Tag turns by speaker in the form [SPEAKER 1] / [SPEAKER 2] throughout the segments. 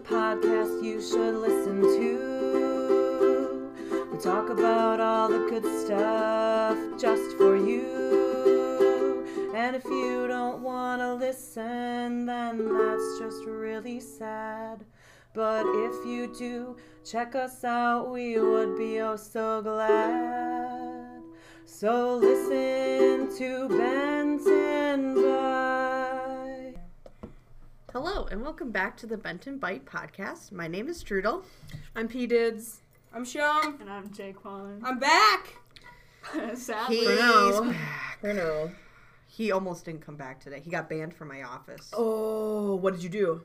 [SPEAKER 1] podcast you should listen to. We talk about all the good stuff just for you. And if you don't want to listen, then that's just really sad. But if you do, check us out. We would be oh so glad. So listen to Benton Bye.
[SPEAKER 2] Hello, and welcome back to the Benton Bite podcast. My name is Strudel.
[SPEAKER 3] I'm P Dids. I'm Shum.
[SPEAKER 4] And I'm Jake Wallen.
[SPEAKER 3] I'm back.
[SPEAKER 4] Sadly.
[SPEAKER 2] He's
[SPEAKER 3] now.
[SPEAKER 2] back.
[SPEAKER 3] I know.
[SPEAKER 2] He almost didn't come back today. He got banned from my office.
[SPEAKER 3] Oh, what did you do?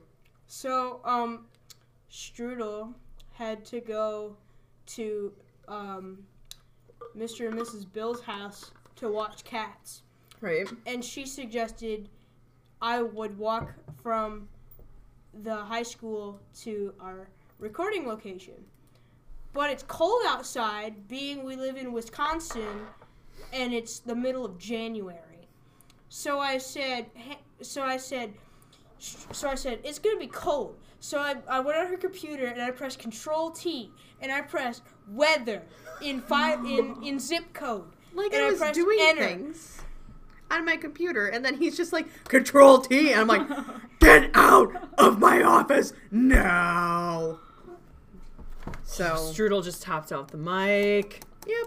[SPEAKER 5] So, um, Strudel had to go to um, Mr. and Mrs. Bill's house to watch cats,
[SPEAKER 3] Right.
[SPEAKER 5] and she suggested I would walk from the high school to our recording location. But it's cold outside, being we live in Wisconsin, and it's the middle of January. So I said, "Hey," so I said, so I said, it's gonna be cold. So I, I went on her computer and I pressed Control T and I pressed weather in five in, in zip code.
[SPEAKER 2] Like
[SPEAKER 5] and
[SPEAKER 2] I was
[SPEAKER 5] pressed
[SPEAKER 2] doing
[SPEAKER 5] enter.
[SPEAKER 2] things on my computer, and then he's just like Control T, and I'm like, get out of my office now. So
[SPEAKER 3] Strudel just topped off the mic.
[SPEAKER 2] yep,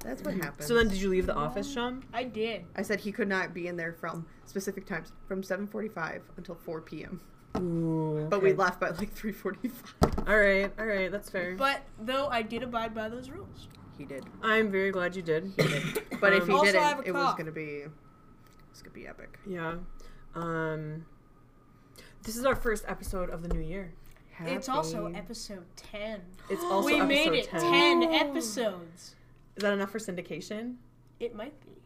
[SPEAKER 2] that's what happened.
[SPEAKER 3] Mm-hmm. So then, did you leave the office, Shum?
[SPEAKER 5] I did.
[SPEAKER 2] I said he could not be in there from specific times from 7:45 until 4 p.m.
[SPEAKER 3] Ooh.
[SPEAKER 2] But we left by like 3:45.
[SPEAKER 3] All right. All right. That's fair.
[SPEAKER 5] But though I did abide by those rules.
[SPEAKER 2] He did.
[SPEAKER 3] I'm very glad you did.
[SPEAKER 2] But if
[SPEAKER 3] Um,
[SPEAKER 2] he
[SPEAKER 5] Also, I have a
[SPEAKER 2] didn't, it was
[SPEAKER 5] cough.
[SPEAKER 2] gonna be, it's gonna be epic.
[SPEAKER 3] yeah. Um. This is our first episode of the new year.
[SPEAKER 5] It's also
[SPEAKER 2] Happy.
[SPEAKER 5] episode ten.
[SPEAKER 3] It's also
[SPEAKER 5] we
[SPEAKER 3] episode
[SPEAKER 5] made it
[SPEAKER 3] 10.
[SPEAKER 5] ten episodes.
[SPEAKER 3] Is that enough for syndication?
[SPEAKER 5] It might be.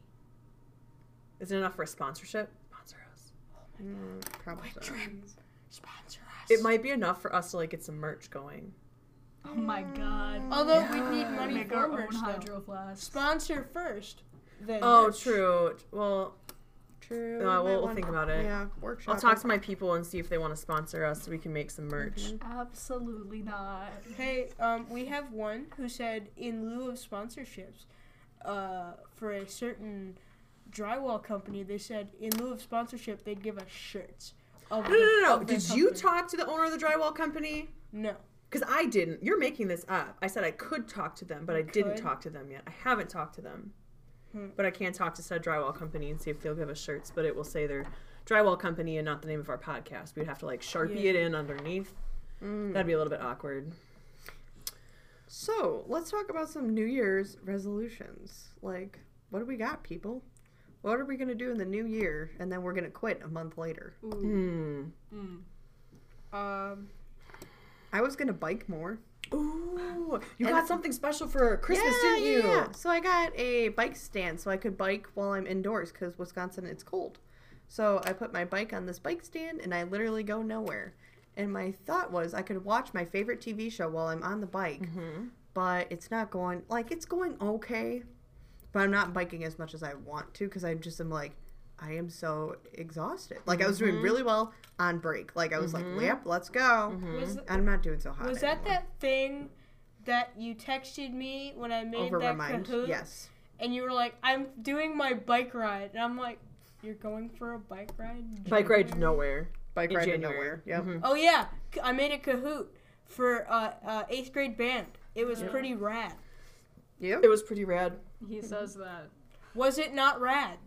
[SPEAKER 3] Is it enough for a sponsorship? Sponsor us.
[SPEAKER 2] Mm, probably. so.
[SPEAKER 5] Sponsor us.
[SPEAKER 3] It might be enough for us to like get some merch going.
[SPEAKER 4] Oh my god.
[SPEAKER 5] Although we need
[SPEAKER 4] We
[SPEAKER 5] money
[SPEAKER 4] make
[SPEAKER 5] for
[SPEAKER 4] our own
[SPEAKER 5] merch, though.
[SPEAKER 4] hydro flask.
[SPEAKER 5] Sponsor first. Then
[SPEAKER 3] Oh,
[SPEAKER 5] merch.
[SPEAKER 3] true. Well,
[SPEAKER 2] True.
[SPEAKER 3] No,
[SPEAKER 2] might
[SPEAKER 3] we'll- we'll
[SPEAKER 2] want-
[SPEAKER 3] think about it.
[SPEAKER 2] Yeah, workshop.
[SPEAKER 3] I'll talk to my people and see if they want to sponsor us so we can make some merch.
[SPEAKER 4] Mm-hmm. Absolutely not.
[SPEAKER 5] Hey, um, we have one who said in lieu of sponsorships, uh, for a certain drywall company, they said in lieu of sponsorship they'd give us shirts. Of
[SPEAKER 3] No, no, no, no.
[SPEAKER 5] of their
[SPEAKER 3] Did you
[SPEAKER 5] company.
[SPEAKER 3] talk to the owner of the drywall company?
[SPEAKER 5] No.
[SPEAKER 3] Because I didn't. You're making this up. I said I could talk to them, but I didn't
[SPEAKER 5] could.
[SPEAKER 3] talk to them yet. I haven't talked to them.
[SPEAKER 5] Hmm.
[SPEAKER 3] But I can talk to said drywall company and see if they'll give us shirts, but it will say their drywall company and not the name of our podcast. We'd have to like sharpie
[SPEAKER 5] Yeah.
[SPEAKER 3] it in underneath. That'd be a little bit awkward.
[SPEAKER 2] So let's talk about some New Year's resolutions. Like, what do we got, people? What are we gonna do in the new year? And then we're gonna quit a month later.
[SPEAKER 3] Hmm.
[SPEAKER 5] Um,
[SPEAKER 2] I was gonna bike more.
[SPEAKER 3] Ooh, you
[SPEAKER 2] And-
[SPEAKER 3] got something special for Christmas, didn't you?
[SPEAKER 2] So I got a bike stand so I could bike while I'm indoors because Wisconsin it's cold. So I put my bike on this bike stand and I literally go nowhere. And my thought was I could watch my favorite TV show while I'm on the bike,
[SPEAKER 3] Mm-hmm.
[SPEAKER 2] but it's not going like it's going okay, but I'm not biking as much as I want to because I just am like. I am so exhausted. Like I was
[SPEAKER 3] Mm-hmm.
[SPEAKER 2] doing really well on break. Like I was like, "Yep, let's go."
[SPEAKER 3] Mm-hmm. Hmm.
[SPEAKER 5] was th-
[SPEAKER 2] I'm not doing so hot.
[SPEAKER 5] was that
[SPEAKER 2] anymore.
[SPEAKER 5] that thing that you texted me when I made
[SPEAKER 2] over
[SPEAKER 5] that
[SPEAKER 2] remind?
[SPEAKER 5] Kahoot?
[SPEAKER 2] Yes.
[SPEAKER 5] And you were like, "I'm doing my bike ride," and I'm like, "You're going for a bike ride?"
[SPEAKER 2] Mm-hmm.
[SPEAKER 5] in
[SPEAKER 3] Bike ride to
[SPEAKER 5] January?"
[SPEAKER 3] nowhere.
[SPEAKER 2] Bike
[SPEAKER 3] In
[SPEAKER 2] ride to
[SPEAKER 3] January. Mm-hmm.
[SPEAKER 2] nowhere. Yep.
[SPEAKER 5] Oh yeah, C- I made a Kahoot for uh, uh, eighth grade band. It was pretty rad.
[SPEAKER 2] Yep.
[SPEAKER 3] It was pretty rad.
[SPEAKER 4] He says that.
[SPEAKER 5] Was it not rad?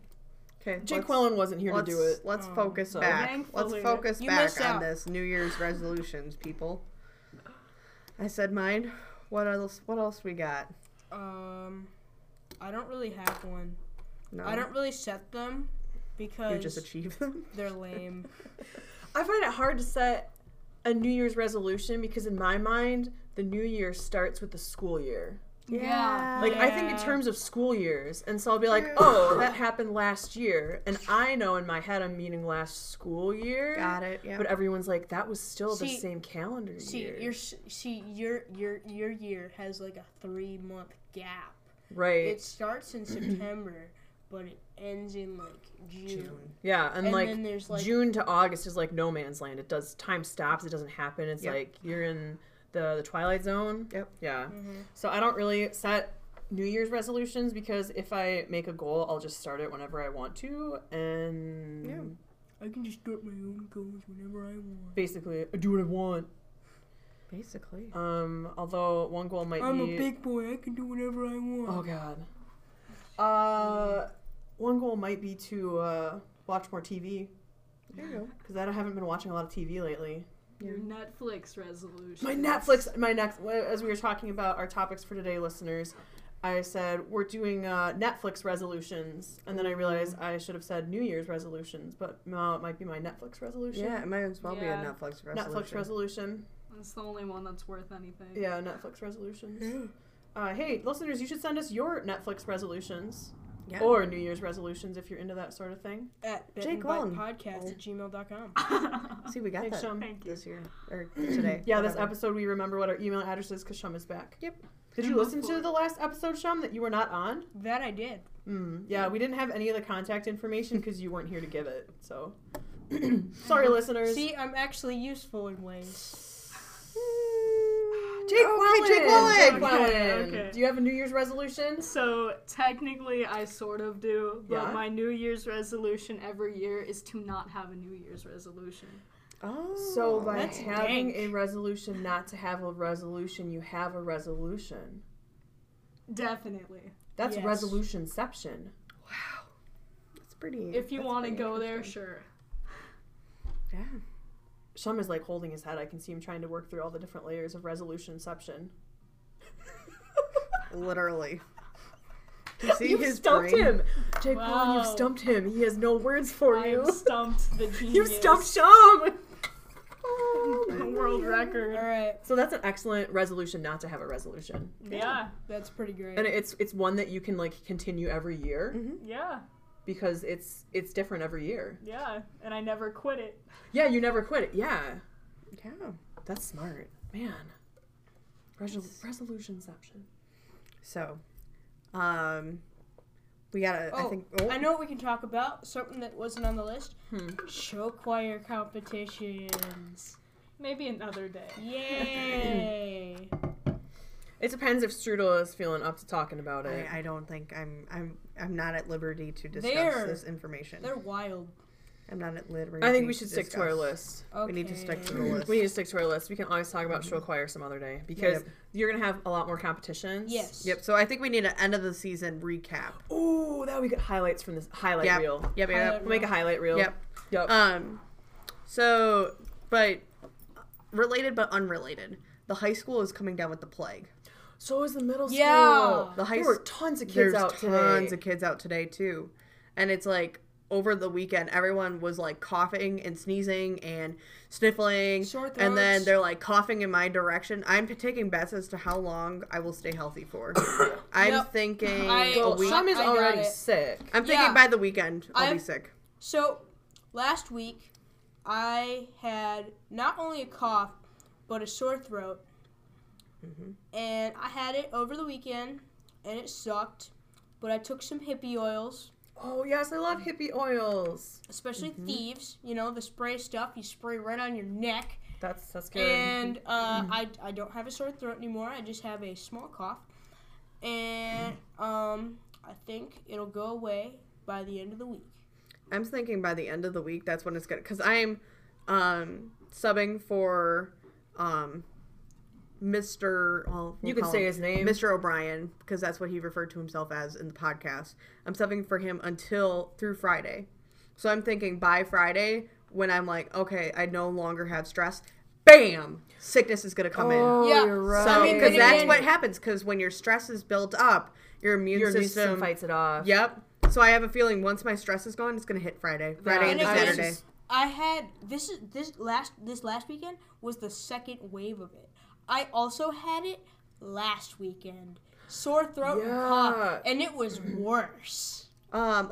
[SPEAKER 2] Okay, let's-
[SPEAKER 3] Jake Wellen wasn't here to
[SPEAKER 2] let's,
[SPEAKER 3] do it.
[SPEAKER 2] Let's
[SPEAKER 4] Oh.
[SPEAKER 2] focus
[SPEAKER 3] So-
[SPEAKER 2] back. Let's
[SPEAKER 4] Thankfully,
[SPEAKER 2] focus
[SPEAKER 5] you
[SPEAKER 2] back
[SPEAKER 5] missed
[SPEAKER 2] on
[SPEAKER 5] out.
[SPEAKER 2] this New Year's resolutions, people. I said mine. What else? What else we got?
[SPEAKER 5] Um, I don't really have one.
[SPEAKER 2] No,
[SPEAKER 5] I don't really set them
[SPEAKER 2] You
[SPEAKER 5] because
[SPEAKER 2] just achieve them.
[SPEAKER 5] they're lame.
[SPEAKER 3] I find it hard to set a New Year's resolution because in my mind, the new year starts with the school year.
[SPEAKER 4] Yeah.
[SPEAKER 3] Like I think in
[SPEAKER 5] Yeah.
[SPEAKER 3] terms of school years, and so I'll be like,
[SPEAKER 2] Yeah.
[SPEAKER 3] "Oh, that happened last year," and I know in my head I'm meaning last school year.
[SPEAKER 2] Got it. Yeah.
[SPEAKER 3] But everyone's like, "That was still the
[SPEAKER 5] See-
[SPEAKER 3] same calendar
[SPEAKER 5] see,
[SPEAKER 3] year."
[SPEAKER 5] your s- see your your your year has like a three month gap.
[SPEAKER 3] right.
[SPEAKER 5] It starts in September, but it ends in like June.
[SPEAKER 3] Yeah, and,
[SPEAKER 5] And
[SPEAKER 3] like,
[SPEAKER 5] then there's like
[SPEAKER 3] June to August is like no man's land. It does time stops. It doesn't happen. It's
[SPEAKER 2] Yep.
[SPEAKER 3] like you're in the the twilight zone.
[SPEAKER 2] Yep.
[SPEAKER 3] Yeah.
[SPEAKER 5] Mm-hmm.
[SPEAKER 3] So I don't really set New Year's resolutions because if I make a goal, I'll just start it whenever I want to, and
[SPEAKER 5] I can just start my own goals whenever I want.
[SPEAKER 3] basically I do what I want.
[SPEAKER 2] Basically.
[SPEAKER 3] Um, although one goal might
[SPEAKER 5] I'm
[SPEAKER 3] be
[SPEAKER 5] a big boy. I can do whatever I want.
[SPEAKER 3] oh god. Uh, one goal might be to uh, watch more TV
[SPEAKER 2] There you go.
[SPEAKER 3] because I haven't been watching a lot of TV lately.
[SPEAKER 4] Your Netflix resolution.
[SPEAKER 3] My Netflix, my next, as we were talking about our topics for today, listeners, I said we're doing uh, Netflix resolutions, and then I realized I should have said New Year's resolutions, but uh, it might be my Netflix resolution.
[SPEAKER 2] Yeah, it might as well be a
[SPEAKER 4] Yeah.
[SPEAKER 2] Netflix resolution.
[SPEAKER 3] Netflix resolution.
[SPEAKER 4] That's the only one that's worth anything.
[SPEAKER 3] Yeah, Netflix resolutions. Uh, hey, listeners, you should send us your Netflix resolutions
[SPEAKER 2] Yeah.
[SPEAKER 3] or New Year's resolutions if you're into that sort of thing.
[SPEAKER 5] At
[SPEAKER 2] Jake Oh. Wallen.
[SPEAKER 5] podcast at gmail.com.
[SPEAKER 2] See, we got
[SPEAKER 3] Thanks,
[SPEAKER 2] that
[SPEAKER 3] Shum.
[SPEAKER 4] Thank you.
[SPEAKER 2] this year or today.
[SPEAKER 3] Yeah, this
[SPEAKER 2] whatever.
[SPEAKER 3] episode we remember what our email address is because Shum is back.
[SPEAKER 2] Yep.
[SPEAKER 3] Did you
[SPEAKER 4] I'm up
[SPEAKER 3] listen
[SPEAKER 4] for
[SPEAKER 3] to
[SPEAKER 4] it.
[SPEAKER 3] the last episode, Shum, that you were not on?
[SPEAKER 5] That I did.
[SPEAKER 3] Mm, yeah, we didn't have any of the contact information because you weren't here to give it. So, sorry, listeners.
[SPEAKER 5] See, I'm actually useful in ways.
[SPEAKER 3] Jake Wallen.
[SPEAKER 2] Jake Wallen!
[SPEAKER 3] Jake Wallen.
[SPEAKER 4] Okay, okay.
[SPEAKER 3] Do you have a New Year's resolution?
[SPEAKER 4] So technically, I sort of do, but
[SPEAKER 3] Yeah.
[SPEAKER 4] my New Year's resolution every year is to not have a New Year's resolution.
[SPEAKER 2] Oh.
[SPEAKER 3] So by
[SPEAKER 5] That's
[SPEAKER 3] having
[SPEAKER 5] dank.
[SPEAKER 3] a resolution not to have a resolution, you have a resolution.
[SPEAKER 4] Definitely.
[SPEAKER 3] That's
[SPEAKER 5] Yes.
[SPEAKER 3] resolutionception.
[SPEAKER 2] That's pretty.
[SPEAKER 4] If you
[SPEAKER 2] that's
[SPEAKER 4] want to
[SPEAKER 2] pretty
[SPEAKER 4] go there,
[SPEAKER 2] interesting.
[SPEAKER 4] sure.
[SPEAKER 2] Yeah.
[SPEAKER 3] Shum is like holding his head. I can see him trying to work through all the different layers of resolutionception.
[SPEAKER 2] Literally. You see
[SPEAKER 3] you've
[SPEAKER 2] his
[SPEAKER 3] stumped
[SPEAKER 2] brain?
[SPEAKER 3] him, Jake Wallen. You've
[SPEAKER 4] Wow.
[SPEAKER 3] stumped him. He has no words for you.
[SPEAKER 4] I've stumped the genius.
[SPEAKER 3] You've stumped Shum.
[SPEAKER 4] the world
[SPEAKER 5] All
[SPEAKER 4] record.
[SPEAKER 5] right,
[SPEAKER 3] So that's an excellent resolution not to have a resolution.
[SPEAKER 4] Yeah,
[SPEAKER 5] that's pretty great.
[SPEAKER 3] And it's it's one that you can like continue every year
[SPEAKER 2] Mm-hmm.
[SPEAKER 4] yeah,
[SPEAKER 3] because it's it's different every year.
[SPEAKER 4] yeah. And I never quit it.
[SPEAKER 3] Yeah, you never quit it. Yeah.
[SPEAKER 2] Yeah.
[SPEAKER 3] That's smart. Man. Resol- resolutionception.
[SPEAKER 2] So, um, we gotta. I
[SPEAKER 5] Oh,
[SPEAKER 2] think.
[SPEAKER 5] I know what we can talk about. Something that wasn't on the list.
[SPEAKER 2] Hmm.
[SPEAKER 5] Show choir competitions.
[SPEAKER 4] Maybe another day.
[SPEAKER 5] Yay!
[SPEAKER 3] It depends if Strudel is feeling up to talking about it.
[SPEAKER 2] I, I don't think I'm. I'm. I'm not at liberty to discuss
[SPEAKER 5] There.
[SPEAKER 2] this information.
[SPEAKER 5] They're wild.
[SPEAKER 2] I'm not at liberty.
[SPEAKER 3] I, think we should stick to our
[SPEAKER 2] discuss.
[SPEAKER 3] list.
[SPEAKER 5] Okay.
[SPEAKER 2] We need to stick to the list.
[SPEAKER 3] We need to stick to our list. We can always talk about show choir some other day because
[SPEAKER 2] Yep.
[SPEAKER 3] you're gonna have a lot more competitions.
[SPEAKER 5] Yes.
[SPEAKER 2] Yep. So I think we need an end of the season recap.
[SPEAKER 3] Ooh, that we get highlights from this highlight
[SPEAKER 2] Yep.
[SPEAKER 3] reel.
[SPEAKER 2] Yep.
[SPEAKER 5] Highlight
[SPEAKER 2] Yep.
[SPEAKER 3] We'll make a highlight reel.
[SPEAKER 2] Yep.
[SPEAKER 3] Yep.
[SPEAKER 2] Um, so, but related but unrelated, the high school is coming down with the plague.
[SPEAKER 3] so is the middle school.
[SPEAKER 5] Yeah.
[SPEAKER 2] The high
[SPEAKER 3] there were
[SPEAKER 2] s-
[SPEAKER 3] tons of
[SPEAKER 2] There's
[SPEAKER 3] kids out
[SPEAKER 2] tons
[SPEAKER 3] today.
[SPEAKER 2] of kids out today too, and it's like over the weekend everyone was like coughing and sneezing and sniffling,
[SPEAKER 5] Sore
[SPEAKER 2] and then
[SPEAKER 5] throats.
[SPEAKER 2] they're like coughing in my direction. I'm taking bets as to how long I will stay healthy for. I'm
[SPEAKER 5] Yep.
[SPEAKER 2] thinking
[SPEAKER 5] I-
[SPEAKER 2] a
[SPEAKER 3] Well,
[SPEAKER 2] week.
[SPEAKER 5] Some-
[SPEAKER 3] Shum is
[SPEAKER 5] I got
[SPEAKER 3] already
[SPEAKER 5] it.
[SPEAKER 3] sick.
[SPEAKER 2] I'm thinking
[SPEAKER 5] Yeah.
[SPEAKER 2] by the weekend I'll be
[SPEAKER 5] I'm-
[SPEAKER 2] sick.
[SPEAKER 5] So, last week, I had not only a cough, but a sore throat. And I had it over the weekend, and it sucked. But I took some hippie oils,
[SPEAKER 3] Oh yes, I love hippie oils.
[SPEAKER 5] especially thieves, you know, the spray stuff you spray right on your neck.
[SPEAKER 3] That's that's good.
[SPEAKER 5] And uh, I, I don't have a sore throat anymore. I just have a small cough. And um, I think it'll go away by the end of the week.
[SPEAKER 2] I'm thinking by the end of the week, that's when it's gonna. Cause I'm um, subbing for um, Mr. Well, we'll
[SPEAKER 3] you can
[SPEAKER 2] call
[SPEAKER 3] say
[SPEAKER 2] him
[SPEAKER 3] his name.
[SPEAKER 2] Mr. O'Brien, because that's what he referred to himself as in the podcast. I'm subbing for him until through Friday. So I'm thinking by Friday, when I'm like, okay, I no longer have stress, bam, sickness is gonna come in.
[SPEAKER 3] Oh,
[SPEAKER 5] Yeah,
[SPEAKER 3] you're
[SPEAKER 5] so,
[SPEAKER 3] right.
[SPEAKER 2] So,
[SPEAKER 5] I mean,
[SPEAKER 2] because
[SPEAKER 5] then
[SPEAKER 2] that's
[SPEAKER 5] again-
[SPEAKER 2] what happens. Because when your stress is built up, your immune,
[SPEAKER 3] your immune
[SPEAKER 2] system,
[SPEAKER 3] system fights it off.
[SPEAKER 2] Yep. So I have a feeling once my stress is gone, it's gonna hit Friday, Friday
[SPEAKER 3] Yeah,
[SPEAKER 2] into
[SPEAKER 5] And again,
[SPEAKER 2] Saturday.
[SPEAKER 5] I had this is this last this last weekend was the second wave of it. I also had it last weekend. Sore throat and cough,
[SPEAKER 3] Yeah.
[SPEAKER 5] and it was worse.
[SPEAKER 2] Um,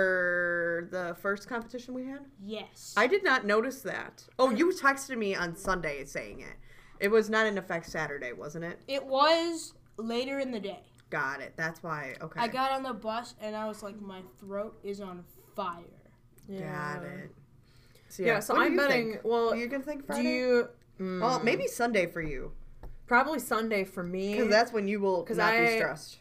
[SPEAKER 2] over the first competition we had,
[SPEAKER 5] Yes.
[SPEAKER 2] I did not notice that. Oh, you texted me on Sunday saying it. It was not in effect Saturday, wasn't it?
[SPEAKER 5] it was later in the day.
[SPEAKER 2] Got it. That's why. Okay.
[SPEAKER 5] I got on the bus and I was like, my throat is on fire.
[SPEAKER 2] Got it. So,
[SPEAKER 3] Yeah, so
[SPEAKER 2] What do
[SPEAKER 3] I'm
[SPEAKER 2] you
[SPEAKER 3] betting.
[SPEAKER 2] Think?
[SPEAKER 3] Well,
[SPEAKER 2] You're gonna think
[SPEAKER 3] do
[SPEAKER 2] Friday.
[SPEAKER 3] you? Mm,
[SPEAKER 2] Well, maybe Sunday for you,
[SPEAKER 3] probably Sunday for me.
[SPEAKER 2] because that's when you will
[SPEAKER 3] 'Cause
[SPEAKER 2] not be
[SPEAKER 3] I-
[SPEAKER 2] stressed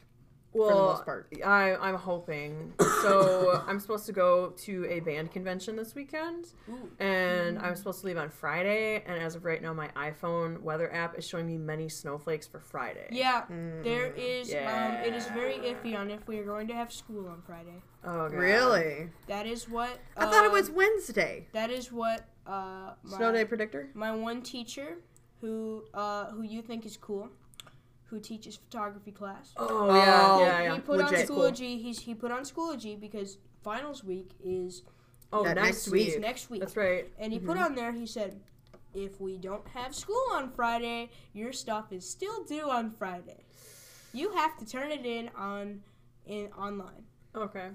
[SPEAKER 3] well,
[SPEAKER 2] for the most part.
[SPEAKER 3] I, I'm hoping. So I'm supposed to go to a band convention this weekend,
[SPEAKER 5] Ooh.
[SPEAKER 3] and I'm supposed to leave on Friday. And as of right now, my iPhone weather app is showing me many snowflakes for Friday.
[SPEAKER 5] Yeah,
[SPEAKER 2] Mm,
[SPEAKER 5] there is.
[SPEAKER 3] Yeah.
[SPEAKER 5] Um, it is very iffy on if we are going to have school on Friday.
[SPEAKER 3] Oh, God.
[SPEAKER 2] Really?
[SPEAKER 5] That is what.
[SPEAKER 2] I thought it
[SPEAKER 5] um,
[SPEAKER 2] was Wednesday.
[SPEAKER 5] That is what. Uh, my,
[SPEAKER 2] Snow day predictor.
[SPEAKER 5] my one teacher, who uh, who you think is cool, who teaches photography class.
[SPEAKER 3] Oh yeah,
[SPEAKER 2] Oh,
[SPEAKER 3] yeah, yeah.
[SPEAKER 5] He put
[SPEAKER 2] Legit.
[SPEAKER 5] on Schoology. He's he put on Schoology because finals week is
[SPEAKER 3] oh,
[SPEAKER 2] That
[SPEAKER 3] next,
[SPEAKER 2] next
[SPEAKER 3] week.
[SPEAKER 5] is next week.
[SPEAKER 3] That's right.
[SPEAKER 5] And he put on there, he said, if we don't have school on Friday, your stuff is still due on Friday. You have to turn it in on in online.
[SPEAKER 3] Okay.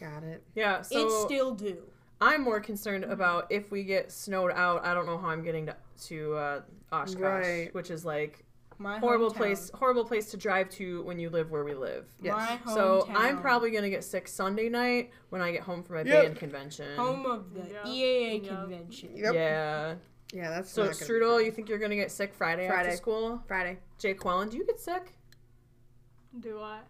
[SPEAKER 2] Got it.
[SPEAKER 3] Yeah. So
[SPEAKER 5] it's still due.
[SPEAKER 3] I'm more concerned about if we get snowed out. I don't know how I'm getting to, to uh, Oshkosh,
[SPEAKER 2] Right.
[SPEAKER 3] which is like
[SPEAKER 5] My
[SPEAKER 3] horrible
[SPEAKER 5] hometown.
[SPEAKER 3] place, horrible place to drive to when you live where we live.
[SPEAKER 5] My
[SPEAKER 2] Yes.
[SPEAKER 5] hometown.
[SPEAKER 3] So I'm probably gonna get sick Sunday night when I get home from my
[SPEAKER 2] Yep.
[SPEAKER 3] band convention.
[SPEAKER 5] home of the
[SPEAKER 4] Yep.
[SPEAKER 5] EAA
[SPEAKER 4] Yep.
[SPEAKER 5] convention.
[SPEAKER 2] Yep.
[SPEAKER 3] Yeah.
[SPEAKER 2] Yeah, that's
[SPEAKER 3] So
[SPEAKER 2] not gonna be
[SPEAKER 3] Strudel,
[SPEAKER 2] good.
[SPEAKER 3] you think you're gonna get sick Friday,
[SPEAKER 2] Friday.
[SPEAKER 3] after school?
[SPEAKER 2] Friday.
[SPEAKER 3] Jake Wellen, do you get sick?
[SPEAKER 4] Do I?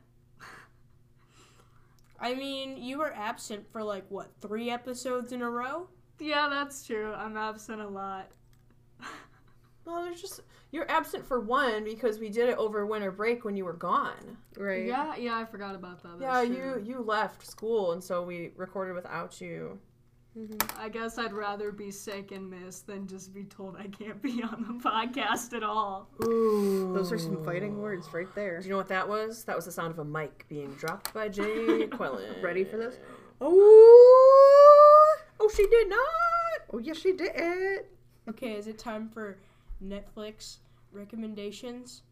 [SPEAKER 5] I mean, you were absent for like what three episodes in a row?
[SPEAKER 4] Yeah, that's true. I'm absent a lot.
[SPEAKER 3] No, there's just you're absent for one because we did it over winter break when you were gone.
[SPEAKER 2] Right.
[SPEAKER 4] Yeah, yeah, I forgot about that.
[SPEAKER 3] yeah,
[SPEAKER 4] That's true.
[SPEAKER 3] you you left school and so we recorded without you.
[SPEAKER 4] I guess I'd rather be sick and miss than just be told I can't be on the podcast at all.
[SPEAKER 3] Ooh.
[SPEAKER 2] Those are some fighting words right there.
[SPEAKER 3] Do you know what that was? That was the sound of a mic being dropped by Jay Quellen.
[SPEAKER 2] Ready for this?
[SPEAKER 3] Oh, oh, she did not.
[SPEAKER 2] Oh yes, she did it.
[SPEAKER 5] Okay, is it time for Netflix recommendations?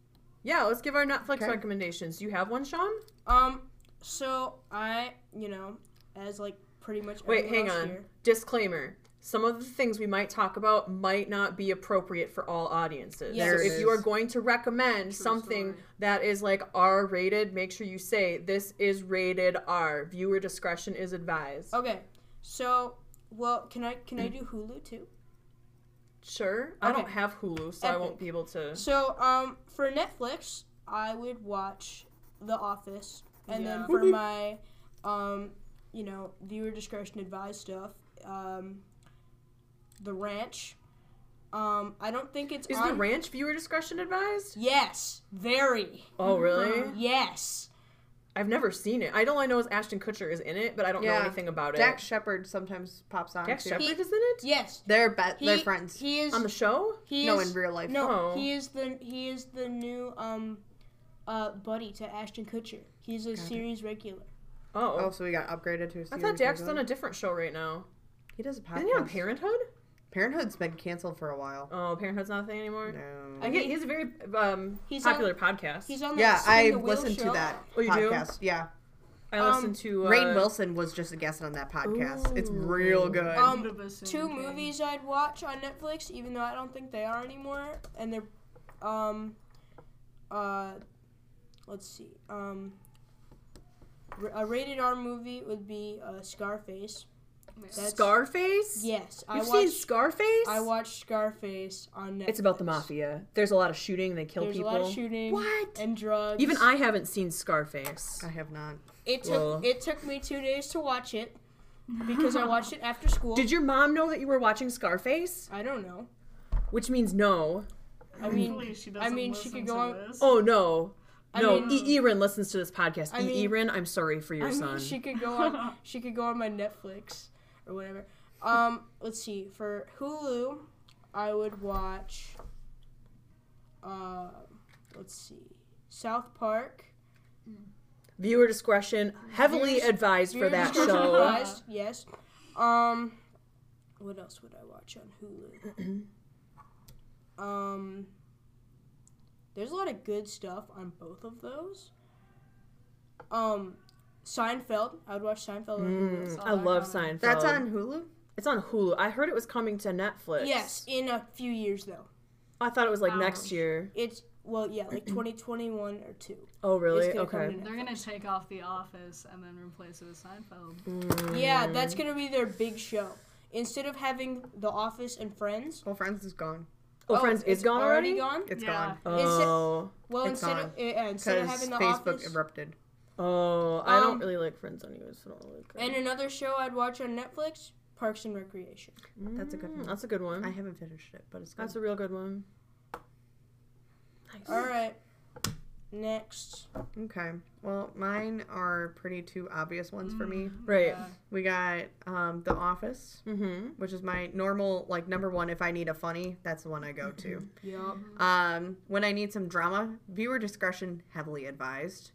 [SPEAKER 3] Yeah, let's give our Netflix
[SPEAKER 2] Okay.
[SPEAKER 3] recommendations. Do you have one, Sean?
[SPEAKER 5] Um, so I, you know, as like pretty much
[SPEAKER 3] Wait,
[SPEAKER 5] everyone
[SPEAKER 3] hang
[SPEAKER 5] else
[SPEAKER 3] on.
[SPEAKER 5] here-
[SPEAKER 3] Disclaimer. Some of the things we might talk about might not be appropriate for all audiences.
[SPEAKER 5] Yes. There
[SPEAKER 3] So
[SPEAKER 5] it
[SPEAKER 3] if you
[SPEAKER 2] is.
[SPEAKER 3] are going to recommend something
[SPEAKER 4] story.
[SPEAKER 3] that is like R rated, make sure you say this is rated R. Viewer discretion is advised.
[SPEAKER 5] Okay, so well, can I can I do Hulu too?
[SPEAKER 3] Sure. I
[SPEAKER 5] Okay.
[SPEAKER 3] don't have Hulu, so I won't
[SPEAKER 5] Epic.
[SPEAKER 3] be able to.
[SPEAKER 5] So um, for Netflix, I would watch The Office, and
[SPEAKER 4] Yeah.
[SPEAKER 5] then for my um, you know, viewer discretion advised stuff, um, The Ranch. Um, I don't think it's
[SPEAKER 3] Is
[SPEAKER 5] on.
[SPEAKER 3] the ranch viewer discretion advised?
[SPEAKER 5] yes, very
[SPEAKER 3] Oh,
[SPEAKER 5] Uh-huh.
[SPEAKER 3] really?
[SPEAKER 5] yes.
[SPEAKER 3] I've never seen it. I all I know is Ashton Kutcher is in it, but I don't know
[SPEAKER 2] Yeah.
[SPEAKER 3] anything about
[SPEAKER 2] Dax
[SPEAKER 3] it.
[SPEAKER 2] Shepard sometimes pops on.
[SPEAKER 3] Dax
[SPEAKER 2] too.
[SPEAKER 3] Shepard
[SPEAKER 5] He-
[SPEAKER 3] is in it
[SPEAKER 5] Yes,
[SPEAKER 2] They're be- they're
[SPEAKER 5] He-
[SPEAKER 2] friends.
[SPEAKER 5] He is.
[SPEAKER 3] on the show.
[SPEAKER 5] he
[SPEAKER 2] no,
[SPEAKER 5] is,
[SPEAKER 2] in real life.
[SPEAKER 5] No,
[SPEAKER 3] Oh.
[SPEAKER 5] he is the he is the new um, uh, buddy to Ashton Kutcher. He's a series regular.
[SPEAKER 3] Oh,
[SPEAKER 2] Oh, so we got upgraded to. a
[SPEAKER 3] I
[SPEAKER 2] series
[SPEAKER 3] thought Dax is
[SPEAKER 2] regular.
[SPEAKER 3] on a different show right now.
[SPEAKER 2] He does a podcast.
[SPEAKER 3] Isn't he on Parenthood?
[SPEAKER 2] Parenthood's been canceled for a while.
[SPEAKER 3] Oh, Parenthood's not a thing anymore.
[SPEAKER 2] No.
[SPEAKER 3] I get he's a very um,
[SPEAKER 5] He's
[SPEAKER 3] popular podcast.
[SPEAKER 5] He's on.
[SPEAKER 2] yeah,
[SPEAKER 5] that Spin
[SPEAKER 2] I
[SPEAKER 5] the Wheel
[SPEAKER 2] listened to
[SPEAKER 5] show.
[SPEAKER 2] that
[SPEAKER 3] Oh, you do?
[SPEAKER 2] podcast. Yeah,
[SPEAKER 3] I
[SPEAKER 5] um,
[SPEAKER 3] listen to uh,
[SPEAKER 2] Rain Wilson was just a guest on that podcast. It's real
[SPEAKER 3] Ooh.
[SPEAKER 2] good.
[SPEAKER 5] Um,
[SPEAKER 4] End of us in
[SPEAKER 5] Two
[SPEAKER 4] May.
[SPEAKER 5] movies I'd watch on Netflix, even though I don't think they are anymore, and they're, um, uh, let's see, um, r- a rated R movie would be uh, Scarface. That's-
[SPEAKER 3] Scarface.
[SPEAKER 5] Yes, I
[SPEAKER 3] You've seen
[SPEAKER 5] watched.
[SPEAKER 3] Scarface?
[SPEAKER 5] I watched Scarface on Netflix.
[SPEAKER 3] It's about the mafia. There's a lot of shooting. They kill
[SPEAKER 5] There's
[SPEAKER 3] people.
[SPEAKER 5] a lot of shooting
[SPEAKER 3] What?
[SPEAKER 5] and drugs.
[SPEAKER 3] Even I haven't seen Scarface.
[SPEAKER 2] I have not.
[SPEAKER 5] It took
[SPEAKER 3] Well.
[SPEAKER 5] it took me two days to watch it because I watched it after school.
[SPEAKER 3] Did your mom know that you were watching Scarface?
[SPEAKER 5] I don't know.
[SPEAKER 3] Which means no.
[SPEAKER 5] I mean,
[SPEAKER 4] Hopefully she
[SPEAKER 5] I mean,
[SPEAKER 4] doesn't
[SPEAKER 5] she could
[SPEAKER 4] listen
[SPEAKER 5] go
[SPEAKER 4] to
[SPEAKER 5] on-
[SPEAKER 4] this.
[SPEAKER 3] Oh no.
[SPEAKER 5] I
[SPEAKER 3] no,
[SPEAKER 5] mean-
[SPEAKER 3] E. Erin listens to this podcast.
[SPEAKER 5] I
[SPEAKER 3] e.
[SPEAKER 5] mean-
[SPEAKER 3] Erin, I'm sorry for your
[SPEAKER 5] I
[SPEAKER 3] son.
[SPEAKER 5] mean, she could go on. she could go on my Netflix or whatever. Um, let's see. For Hulu, I would watch. Uh, let's see. South Park.
[SPEAKER 3] Viewer discretion heavily
[SPEAKER 5] Viewers-
[SPEAKER 3] advised for that
[SPEAKER 5] Viewers
[SPEAKER 3] show.
[SPEAKER 5] Advised, yes. Um, what else would I watch on Hulu? um, there's a lot of good stuff on both of those. Um, Seinfeld. I would watch Seinfeld. on Hulu.
[SPEAKER 3] Mm, I love Seinfeld.
[SPEAKER 2] That's on Hulu.
[SPEAKER 3] It's on Hulu. I heard it was coming to Netflix.
[SPEAKER 5] Yes, in a few years though.
[SPEAKER 3] I thought it was like
[SPEAKER 4] Ouch.
[SPEAKER 3] next year.
[SPEAKER 5] It's Well, yeah, like 2021 or two.
[SPEAKER 1] Oh, really?
[SPEAKER 5] It's gonna come
[SPEAKER 1] Okay.
[SPEAKER 5] to
[SPEAKER 4] They're gonna take off The Office and then replace it with Seinfeld.
[SPEAKER 5] Yeah, that's gonna be their big show. Instead of having The Office and Friends,
[SPEAKER 2] Well, Friends is gone.
[SPEAKER 1] Oh, friends, it's gone already.
[SPEAKER 5] Gone.
[SPEAKER 2] It's
[SPEAKER 4] Yeah.
[SPEAKER 2] gone.
[SPEAKER 1] Oh,
[SPEAKER 5] Well,
[SPEAKER 2] It's
[SPEAKER 5] instead
[SPEAKER 2] gone.
[SPEAKER 5] of uh, instead of
[SPEAKER 2] Because
[SPEAKER 5] having The
[SPEAKER 2] Facebook
[SPEAKER 5] Office.
[SPEAKER 2] erupted.
[SPEAKER 1] oh, I don't
[SPEAKER 5] Um,
[SPEAKER 1] really like Friends anyways. So I don't really care.
[SPEAKER 5] And another show I'd watch on Netflix, Parks and Recreation.
[SPEAKER 2] That's a good
[SPEAKER 1] Mm,
[SPEAKER 2] one.
[SPEAKER 1] That's a good one.
[SPEAKER 2] I haven't finished it, but it's good.
[SPEAKER 1] that's a real good one. Nice.
[SPEAKER 5] All right. Next.
[SPEAKER 2] okay. Well, mine are pretty two obvious ones for me.
[SPEAKER 4] Mm-hmm.
[SPEAKER 1] Right.
[SPEAKER 4] Yeah.
[SPEAKER 2] We got um, The Office,
[SPEAKER 1] Mm-hmm.
[SPEAKER 2] which is my normal, like, number one. If I need a funny, that's the one I go to.
[SPEAKER 4] Mm-hmm.
[SPEAKER 5] Yup.
[SPEAKER 2] Um, when I need some drama, viewer discretion heavily advised.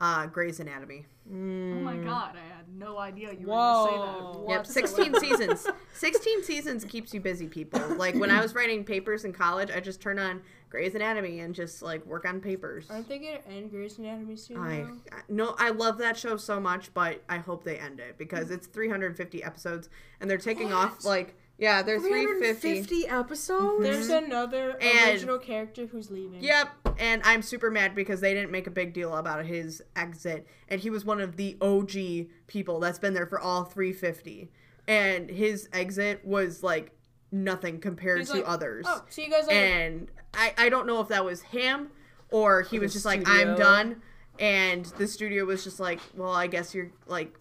[SPEAKER 2] Uh, Grey's Anatomy.
[SPEAKER 4] Oh
[SPEAKER 1] Mm.
[SPEAKER 4] my god, I had no idea you were gonna say
[SPEAKER 5] Hmm. Whoa.
[SPEAKER 4] that.
[SPEAKER 2] Yep, 16 seasons. 16 seasons keeps you busy, people. Like when I was writing papers in college, I just turned on Grey's Anatomy and just like work on papers.
[SPEAKER 5] Aren't they gonna end Grey's Anatomy soon?
[SPEAKER 2] I
[SPEAKER 5] though?
[SPEAKER 2] I- no, I love that show so much, but I hope they end it because it's 350 episodes and they're taking off like yeah, they're 350.
[SPEAKER 1] episodes.
[SPEAKER 5] There's another
[SPEAKER 2] And-
[SPEAKER 5] original character who's leaving.
[SPEAKER 2] Yep, and I'm super mad because they didn't make a big deal about his exit, and he was one of the OG people that's been there for all 350, and his exit was like nothing compared
[SPEAKER 5] He's
[SPEAKER 2] to
[SPEAKER 5] like,
[SPEAKER 2] others.
[SPEAKER 5] Oh, see you guys later.
[SPEAKER 2] and I, I don't know if that was him or he was
[SPEAKER 1] the
[SPEAKER 2] just like
[SPEAKER 1] studio.
[SPEAKER 2] I'm done and the studio was just like well I guess you're like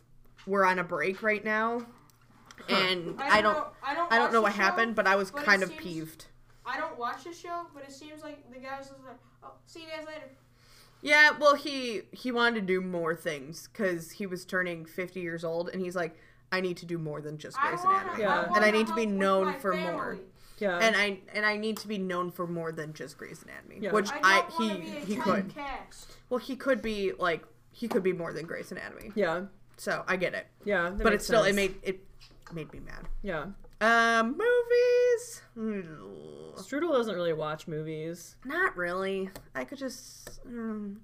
[SPEAKER 2] we're on a break right now and I don't
[SPEAKER 5] know- I don't.
[SPEAKER 2] I don't
[SPEAKER 5] watch
[SPEAKER 2] know
[SPEAKER 5] the
[SPEAKER 2] what
[SPEAKER 5] show.
[SPEAKER 2] happened but I was
[SPEAKER 5] but it
[SPEAKER 2] kind of
[SPEAKER 5] seems-
[SPEAKER 2] peeved
[SPEAKER 5] I don't watch the show, but it seems like the guys was like, "Oh, see you guys later."
[SPEAKER 2] yeah well he he wanted to do more things because he was turning 50 years old and he's like I need to do more than just Grey's
[SPEAKER 5] wanna-
[SPEAKER 2] Anatomy
[SPEAKER 1] Yeah.
[SPEAKER 5] wanna
[SPEAKER 2] and I need to be
[SPEAKER 5] help with
[SPEAKER 2] known
[SPEAKER 5] my
[SPEAKER 2] for more
[SPEAKER 5] family.
[SPEAKER 1] yeah.
[SPEAKER 2] and I and I need to be known for more than just Grey's Anatomy
[SPEAKER 1] Yeah.
[SPEAKER 2] which
[SPEAKER 5] I
[SPEAKER 2] I,
[SPEAKER 5] don't
[SPEAKER 2] he
[SPEAKER 5] wanna be a
[SPEAKER 2] he could
[SPEAKER 5] typecast.
[SPEAKER 2] well he could be like he could be more than Grey's Anatomy
[SPEAKER 1] yeah.
[SPEAKER 2] So I get it,
[SPEAKER 1] Yeah. that
[SPEAKER 2] but
[SPEAKER 1] makes
[SPEAKER 2] it's still it
[SPEAKER 1] sense.
[SPEAKER 2] made it made me mad.
[SPEAKER 1] Yeah.
[SPEAKER 2] Um, movies? Mm,
[SPEAKER 1] Strudel doesn't really watch movies.
[SPEAKER 2] Not really. I could just. mm.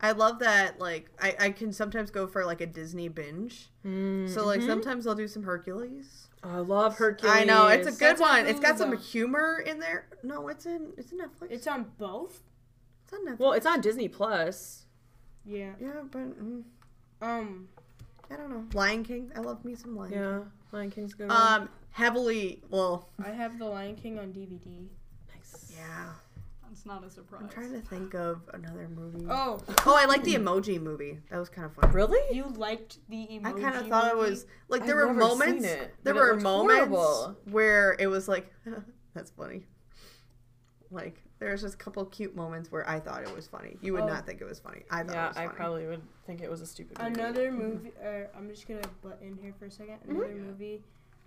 [SPEAKER 2] I love that. Like I I can sometimes go for like a Disney binge.
[SPEAKER 3] Mm.
[SPEAKER 2] So like sometimes I'll do some Hercules.
[SPEAKER 1] I love Mm-hmm. Hercules.
[SPEAKER 2] I know it's a good
[SPEAKER 5] That's on
[SPEAKER 2] one. It's got some
[SPEAKER 5] Hulu.
[SPEAKER 2] humor in there. No, it's in it's in Netflix.
[SPEAKER 5] It's on both.
[SPEAKER 2] It's on Netflix.
[SPEAKER 1] Well, it's on Disney Plus.
[SPEAKER 5] Yeah.
[SPEAKER 2] yeah, but mm,
[SPEAKER 5] Um.
[SPEAKER 2] I don't know. Lion King. I love me some Lion. King.
[SPEAKER 1] Yeah. Lion King's a good. one.
[SPEAKER 2] Um, heavily. Well,
[SPEAKER 5] I have The Lion King on DVD.
[SPEAKER 1] Nice.
[SPEAKER 2] yeah.
[SPEAKER 4] That's not a surprise.
[SPEAKER 2] I'm trying to think of another movie.
[SPEAKER 5] Oh,
[SPEAKER 2] Oh, I like the emoji movie. That was kind of fun.
[SPEAKER 1] Really?
[SPEAKER 5] you liked the emoji?
[SPEAKER 2] I kind of thought it
[SPEAKER 5] movie?
[SPEAKER 2] was like
[SPEAKER 1] I've
[SPEAKER 2] there were
[SPEAKER 1] never seen
[SPEAKER 2] moments.
[SPEAKER 1] it,
[SPEAKER 2] there
[SPEAKER 1] but it
[SPEAKER 2] were
[SPEAKER 1] looked
[SPEAKER 2] moments
[SPEAKER 1] horrible.
[SPEAKER 2] where it was like, that's funny. Like there was just a couple cute moments where I thought it was funny. You would
[SPEAKER 5] Oh.
[SPEAKER 2] not think it was funny. I thought it
[SPEAKER 3] Yeah,
[SPEAKER 2] was
[SPEAKER 3] I
[SPEAKER 2] funny.
[SPEAKER 3] probably would think it was a stupid movie.
[SPEAKER 5] Another movie. Uh, I'm just gonna butt in here for a second.
[SPEAKER 2] Mm-hmm.
[SPEAKER 5] Another movie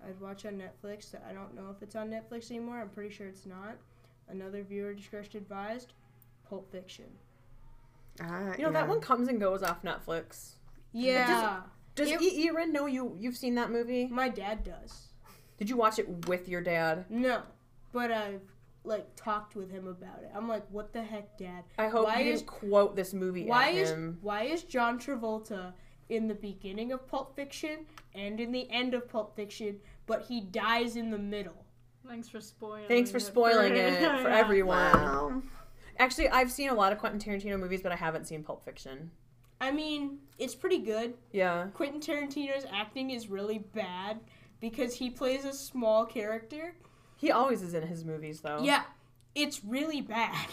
[SPEAKER 5] I'd watch on Netflix that I don't know if it's on Netflix anymore. I'm pretty sure it's not. Another viewer discretion advised. Pulp Fiction.
[SPEAKER 2] Ah,
[SPEAKER 3] You know that
[SPEAKER 2] yeah.
[SPEAKER 3] one comes and goes off Netflix.
[SPEAKER 5] Yeah,
[SPEAKER 3] Does
[SPEAKER 5] Yep.
[SPEAKER 3] E. E. Rin know you you've seen that movie?
[SPEAKER 5] my dad does.
[SPEAKER 3] Did you watch it with your dad?
[SPEAKER 5] No, but I've like talked with him about it. I'm like, what the heck, Dad?
[SPEAKER 3] I hope
[SPEAKER 5] Why
[SPEAKER 3] you
[SPEAKER 5] is-
[SPEAKER 3] didn't quote this movie
[SPEAKER 5] Why
[SPEAKER 3] at
[SPEAKER 5] is
[SPEAKER 3] him.
[SPEAKER 5] why is John Travolta in the beginning of Pulp Fiction and in the end of Pulp Fiction, but he dies in the middle?
[SPEAKER 4] Thanks for spoiling.
[SPEAKER 3] Thanks for
[SPEAKER 4] it
[SPEAKER 3] spoiling it for
[SPEAKER 4] Yeah.
[SPEAKER 3] everyone.
[SPEAKER 2] Wow.
[SPEAKER 3] Actually, I've seen a lot of Quentin Tarantino movies, but I haven't seen Pulp Fiction.
[SPEAKER 5] I mean, it's pretty good.
[SPEAKER 3] Yeah.
[SPEAKER 5] Quentin Tarantino's acting is really bad because he plays a small character.
[SPEAKER 3] He always is in his movies though.
[SPEAKER 5] Yeah, it's really bad.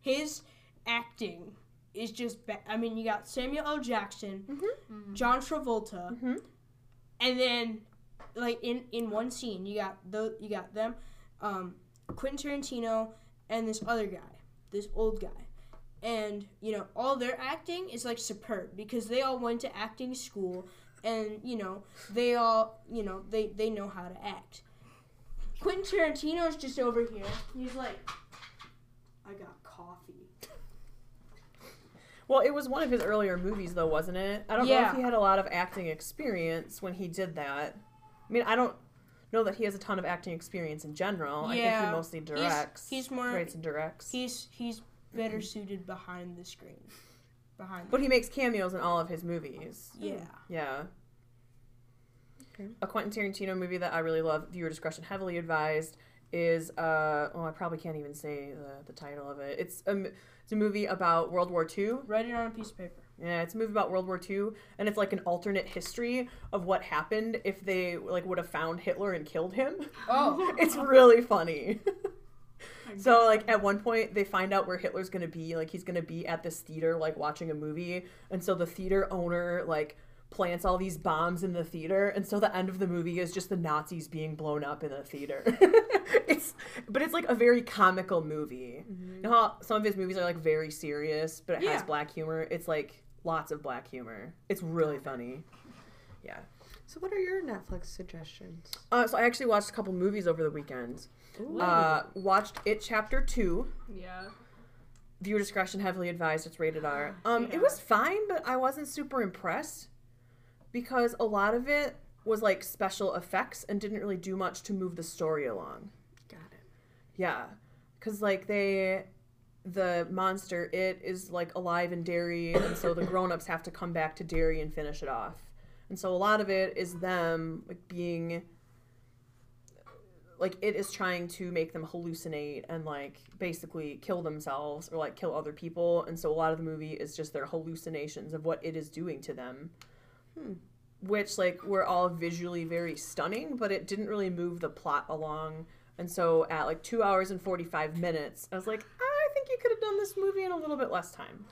[SPEAKER 5] His acting is just bad. I mean, you got Samuel L. Jackson, John Travolta,
[SPEAKER 3] Mhm.
[SPEAKER 5] and then like in in one scene you got the you got them, um, Quentin Tarantino and this other guy, this old guy. And you know all their acting is like superb because they all went to acting school, and you know they all you know they they know how to act. Quentin Tarantino's just over here. He's like, I got coffee.
[SPEAKER 3] Well, it was one of his earlier movies though, wasn't it? I don't know
[SPEAKER 5] Yeah.
[SPEAKER 3] if he had a lot of acting experience when he did that. I mean, I don't know that he has a ton of acting experience in general. I think
[SPEAKER 5] Yeah.
[SPEAKER 3] he mostly directs.
[SPEAKER 5] he's more-
[SPEAKER 3] writes and directs.
[SPEAKER 5] He's he's better suited behind the screen, behind.
[SPEAKER 3] but he makes cameos in all of his movies.
[SPEAKER 5] the, yeah.
[SPEAKER 3] Yeah.
[SPEAKER 2] Okay.
[SPEAKER 3] A Quentin Tarantino movie that I really love, viewer discretion heavily advised, is uh oh I probably can't even say the, the title of it. It's a m it's a movie about World War II.
[SPEAKER 5] Write it on a piece of paper.
[SPEAKER 3] Yeah, it's a movie about World War II, and it's like an alternate history of what happened if they like would have found Hitler and killed him.
[SPEAKER 5] Oh,
[SPEAKER 3] It's really funny.
[SPEAKER 4] My
[SPEAKER 3] so like at one point they find out where Hitler's gonna be. Like he's gonna be at this theater like watching a movie, and so the theater owner like plants all these bombs in the theater, and so the end of the movie is just the Nazis being blown up in the theater. it's but it's like a very comical movie. You know how some of his movies are like very serious, but it has
[SPEAKER 5] Yeah.
[SPEAKER 3] black humor. It's like lots of black humor. It's really funny. Yeah.
[SPEAKER 2] So, what are your Netflix suggestions?
[SPEAKER 3] Uh, so I actually watched a couple movies over the weekend. Uh, watched It Chapter Two.
[SPEAKER 4] Yeah.
[SPEAKER 3] Viewer discretion heavily advised. It's rated R. Um, it was fine, but I wasn't super impressed because a lot of it was like special effects and didn't really do much to move the story along.
[SPEAKER 2] Got it.
[SPEAKER 3] Yeah, because like they, the monster it is like alive in Derry, and so the grown-ups have to come back to Derry and finish it off. And so a lot of it is them like being, like it is trying to make them hallucinate and like basically kill themselves or like kill other people. And so a lot of the movie is just their hallucinations of what it is doing to them. Which like were all visually very stunning, but it didn't really move the plot along. And so at like two hours and 45 minutes, I was like, "Ah, I think you could have done this movie in a little bit less time.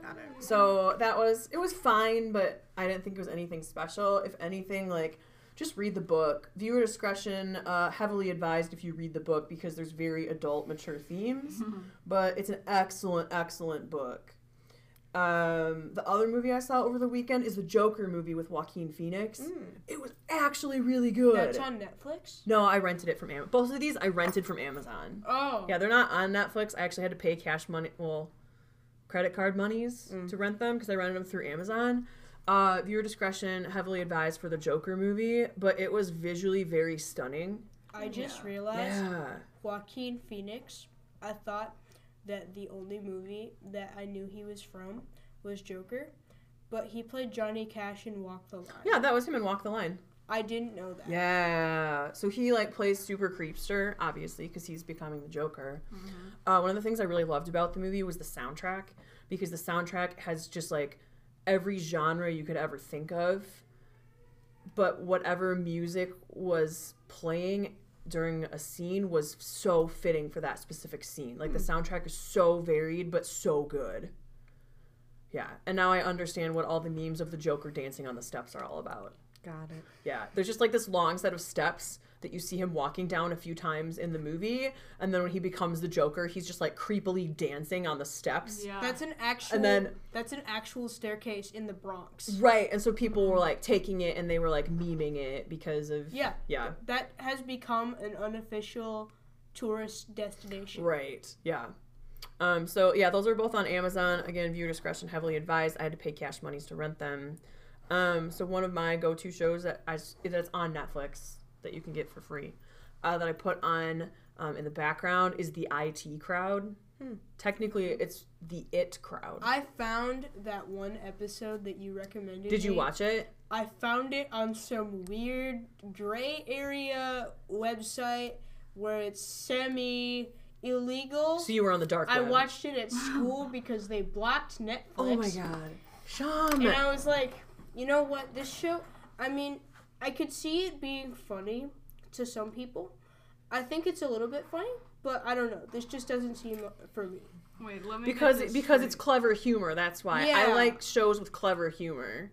[SPEAKER 2] Got it.
[SPEAKER 3] So that was, it was fine, but I didn't think it was anything special. If anything, like, just read the book. Viewer discretion uh, heavily advised if you read the book because there's very adult, mature themes. But it's an excellent, excellent book. Um, the other movie I saw over the weekend is the Joker movie with Joaquin Phoenix. It was actually really good.
[SPEAKER 5] that's on Netflix.
[SPEAKER 3] No, I rented it from Amazon. Both of these I rented from Amazon.
[SPEAKER 5] Oh,
[SPEAKER 3] Yeah, they're not on Netflix. I actually had to pay cash money, well, credit card monies to rent them because I rented them through Amazon. Uh, viewer discretion heavily advised for the Joker movie, but it was visually very stunning.
[SPEAKER 5] I just realized
[SPEAKER 3] Yeah.
[SPEAKER 5] Joaquin Phoenix. I thought that the only movie that I knew he was from was Joker, but he played Johnny Cash in Walk the Line.
[SPEAKER 3] Yeah, that was him in Walk the Line.
[SPEAKER 5] I didn't know that.
[SPEAKER 3] Yeah. So he like plays super creepster, obviously, because he's becoming the Joker. Uh, one of the things I really loved about the movie was the soundtrack because the soundtrack has just like every genre you could ever think of, but whatever music was playing during a scene was so fitting for that specific scene. Like the soundtrack is so varied but so good. Yeah, and now I understand what all the memes of the Joker dancing on the steps are all about.
[SPEAKER 2] Got it.
[SPEAKER 3] Yeah, there's just like this long set of steps that you see him walking down a few times in the movie, and then when he becomes the Joker, he's just like creepily dancing on the steps.
[SPEAKER 4] Yeah.
[SPEAKER 5] That's an actual.
[SPEAKER 3] then-
[SPEAKER 5] that's an actual staircase in the Bronx.
[SPEAKER 3] Right, and so people were like taking it and they were like memeing it because of
[SPEAKER 5] Yeah,
[SPEAKER 3] yeah,
[SPEAKER 5] that has become an unofficial tourist destination.
[SPEAKER 3] right, yeah. Um, so yeah, those are both on Amazon. Again, viewer discretion heavily advised. I had to pay cash monies to rent them. Um, so one of my go-to shows that I s- that's on Netflix that you can get for free uh, that I put on um, in the background is the IT crowd. Technically, it's the It crowd.
[SPEAKER 5] Hmm. I found that one episode that you recommended.
[SPEAKER 3] Did you
[SPEAKER 5] me.
[SPEAKER 3] watch it?
[SPEAKER 5] I found it on some weird gray area website where it's semi illegal.
[SPEAKER 3] So you were on the dark
[SPEAKER 5] I
[SPEAKER 3] web.
[SPEAKER 5] watched it at school because they blocked Netflix.
[SPEAKER 3] Oh my god, Sean.
[SPEAKER 5] And I was like, you know what? This show, I mean, I could see it being funny to some people. I think it's a little bit funny, but I don't know. This just doesn't seem for me.
[SPEAKER 4] Wait, let me. get
[SPEAKER 3] because
[SPEAKER 4] this
[SPEAKER 3] because it's
[SPEAKER 4] straight.
[SPEAKER 3] clever humor. That's why I
[SPEAKER 5] Yeah.
[SPEAKER 3] like shows with clever humor.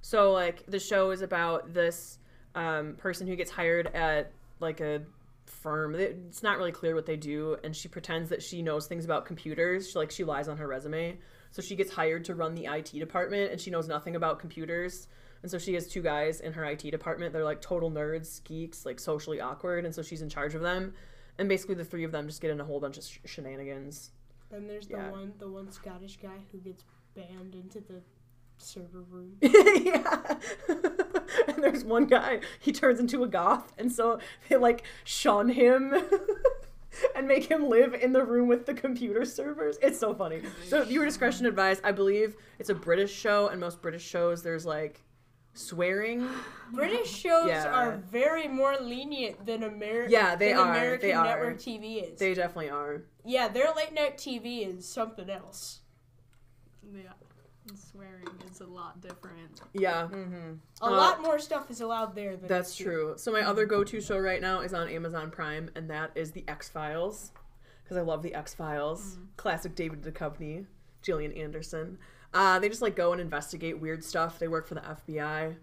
[SPEAKER 3] So like the show is about this um, person who gets hired at like a firm. It's not really clear what they do, and she pretends that she knows things about computers. She, like she lies on her resume. So she gets hired to run the IT department, and she knows nothing about computers. And so she has two guys in her IT department. They're like total nerds, geeks, like socially awkward, and so she's in charge of them. And basically, the three of them just get in a whole bunch of sh- shenanigans.
[SPEAKER 5] Then there's the
[SPEAKER 3] Yeah.
[SPEAKER 5] one, the one Scottish guy who gets banned into the server room.
[SPEAKER 3] yeah. and there's one guy, he turns into a goth, and so they like shun him and make him live in the room with the computer servers. It's so funny. So, viewer discretion advised. I believe it's a British show, and most British shows, there's like swearing.
[SPEAKER 5] British shows
[SPEAKER 3] Yeah.
[SPEAKER 5] are very more lenient than American.
[SPEAKER 3] Yeah, they
[SPEAKER 5] than
[SPEAKER 3] are,
[SPEAKER 5] American
[SPEAKER 3] they are.
[SPEAKER 5] network TV is.
[SPEAKER 3] They definitely are.
[SPEAKER 5] yeah, their late night TV is something else.
[SPEAKER 4] Yeah. And Swearing is a lot different.
[SPEAKER 3] Yeah,
[SPEAKER 1] Mm-hmm.
[SPEAKER 5] A
[SPEAKER 3] Uh,
[SPEAKER 5] lot more stuff is allowed there than
[SPEAKER 3] that's
[SPEAKER 5] it's here.
[SPEAKER 3] true. So my other go-to show right now is on Amazon Prime, and that is The X Files, because I love The X Files. Classic David Duchovny, Gillian Anderson. Uh, they just like go and investigate weird stuff. They work for the FBI.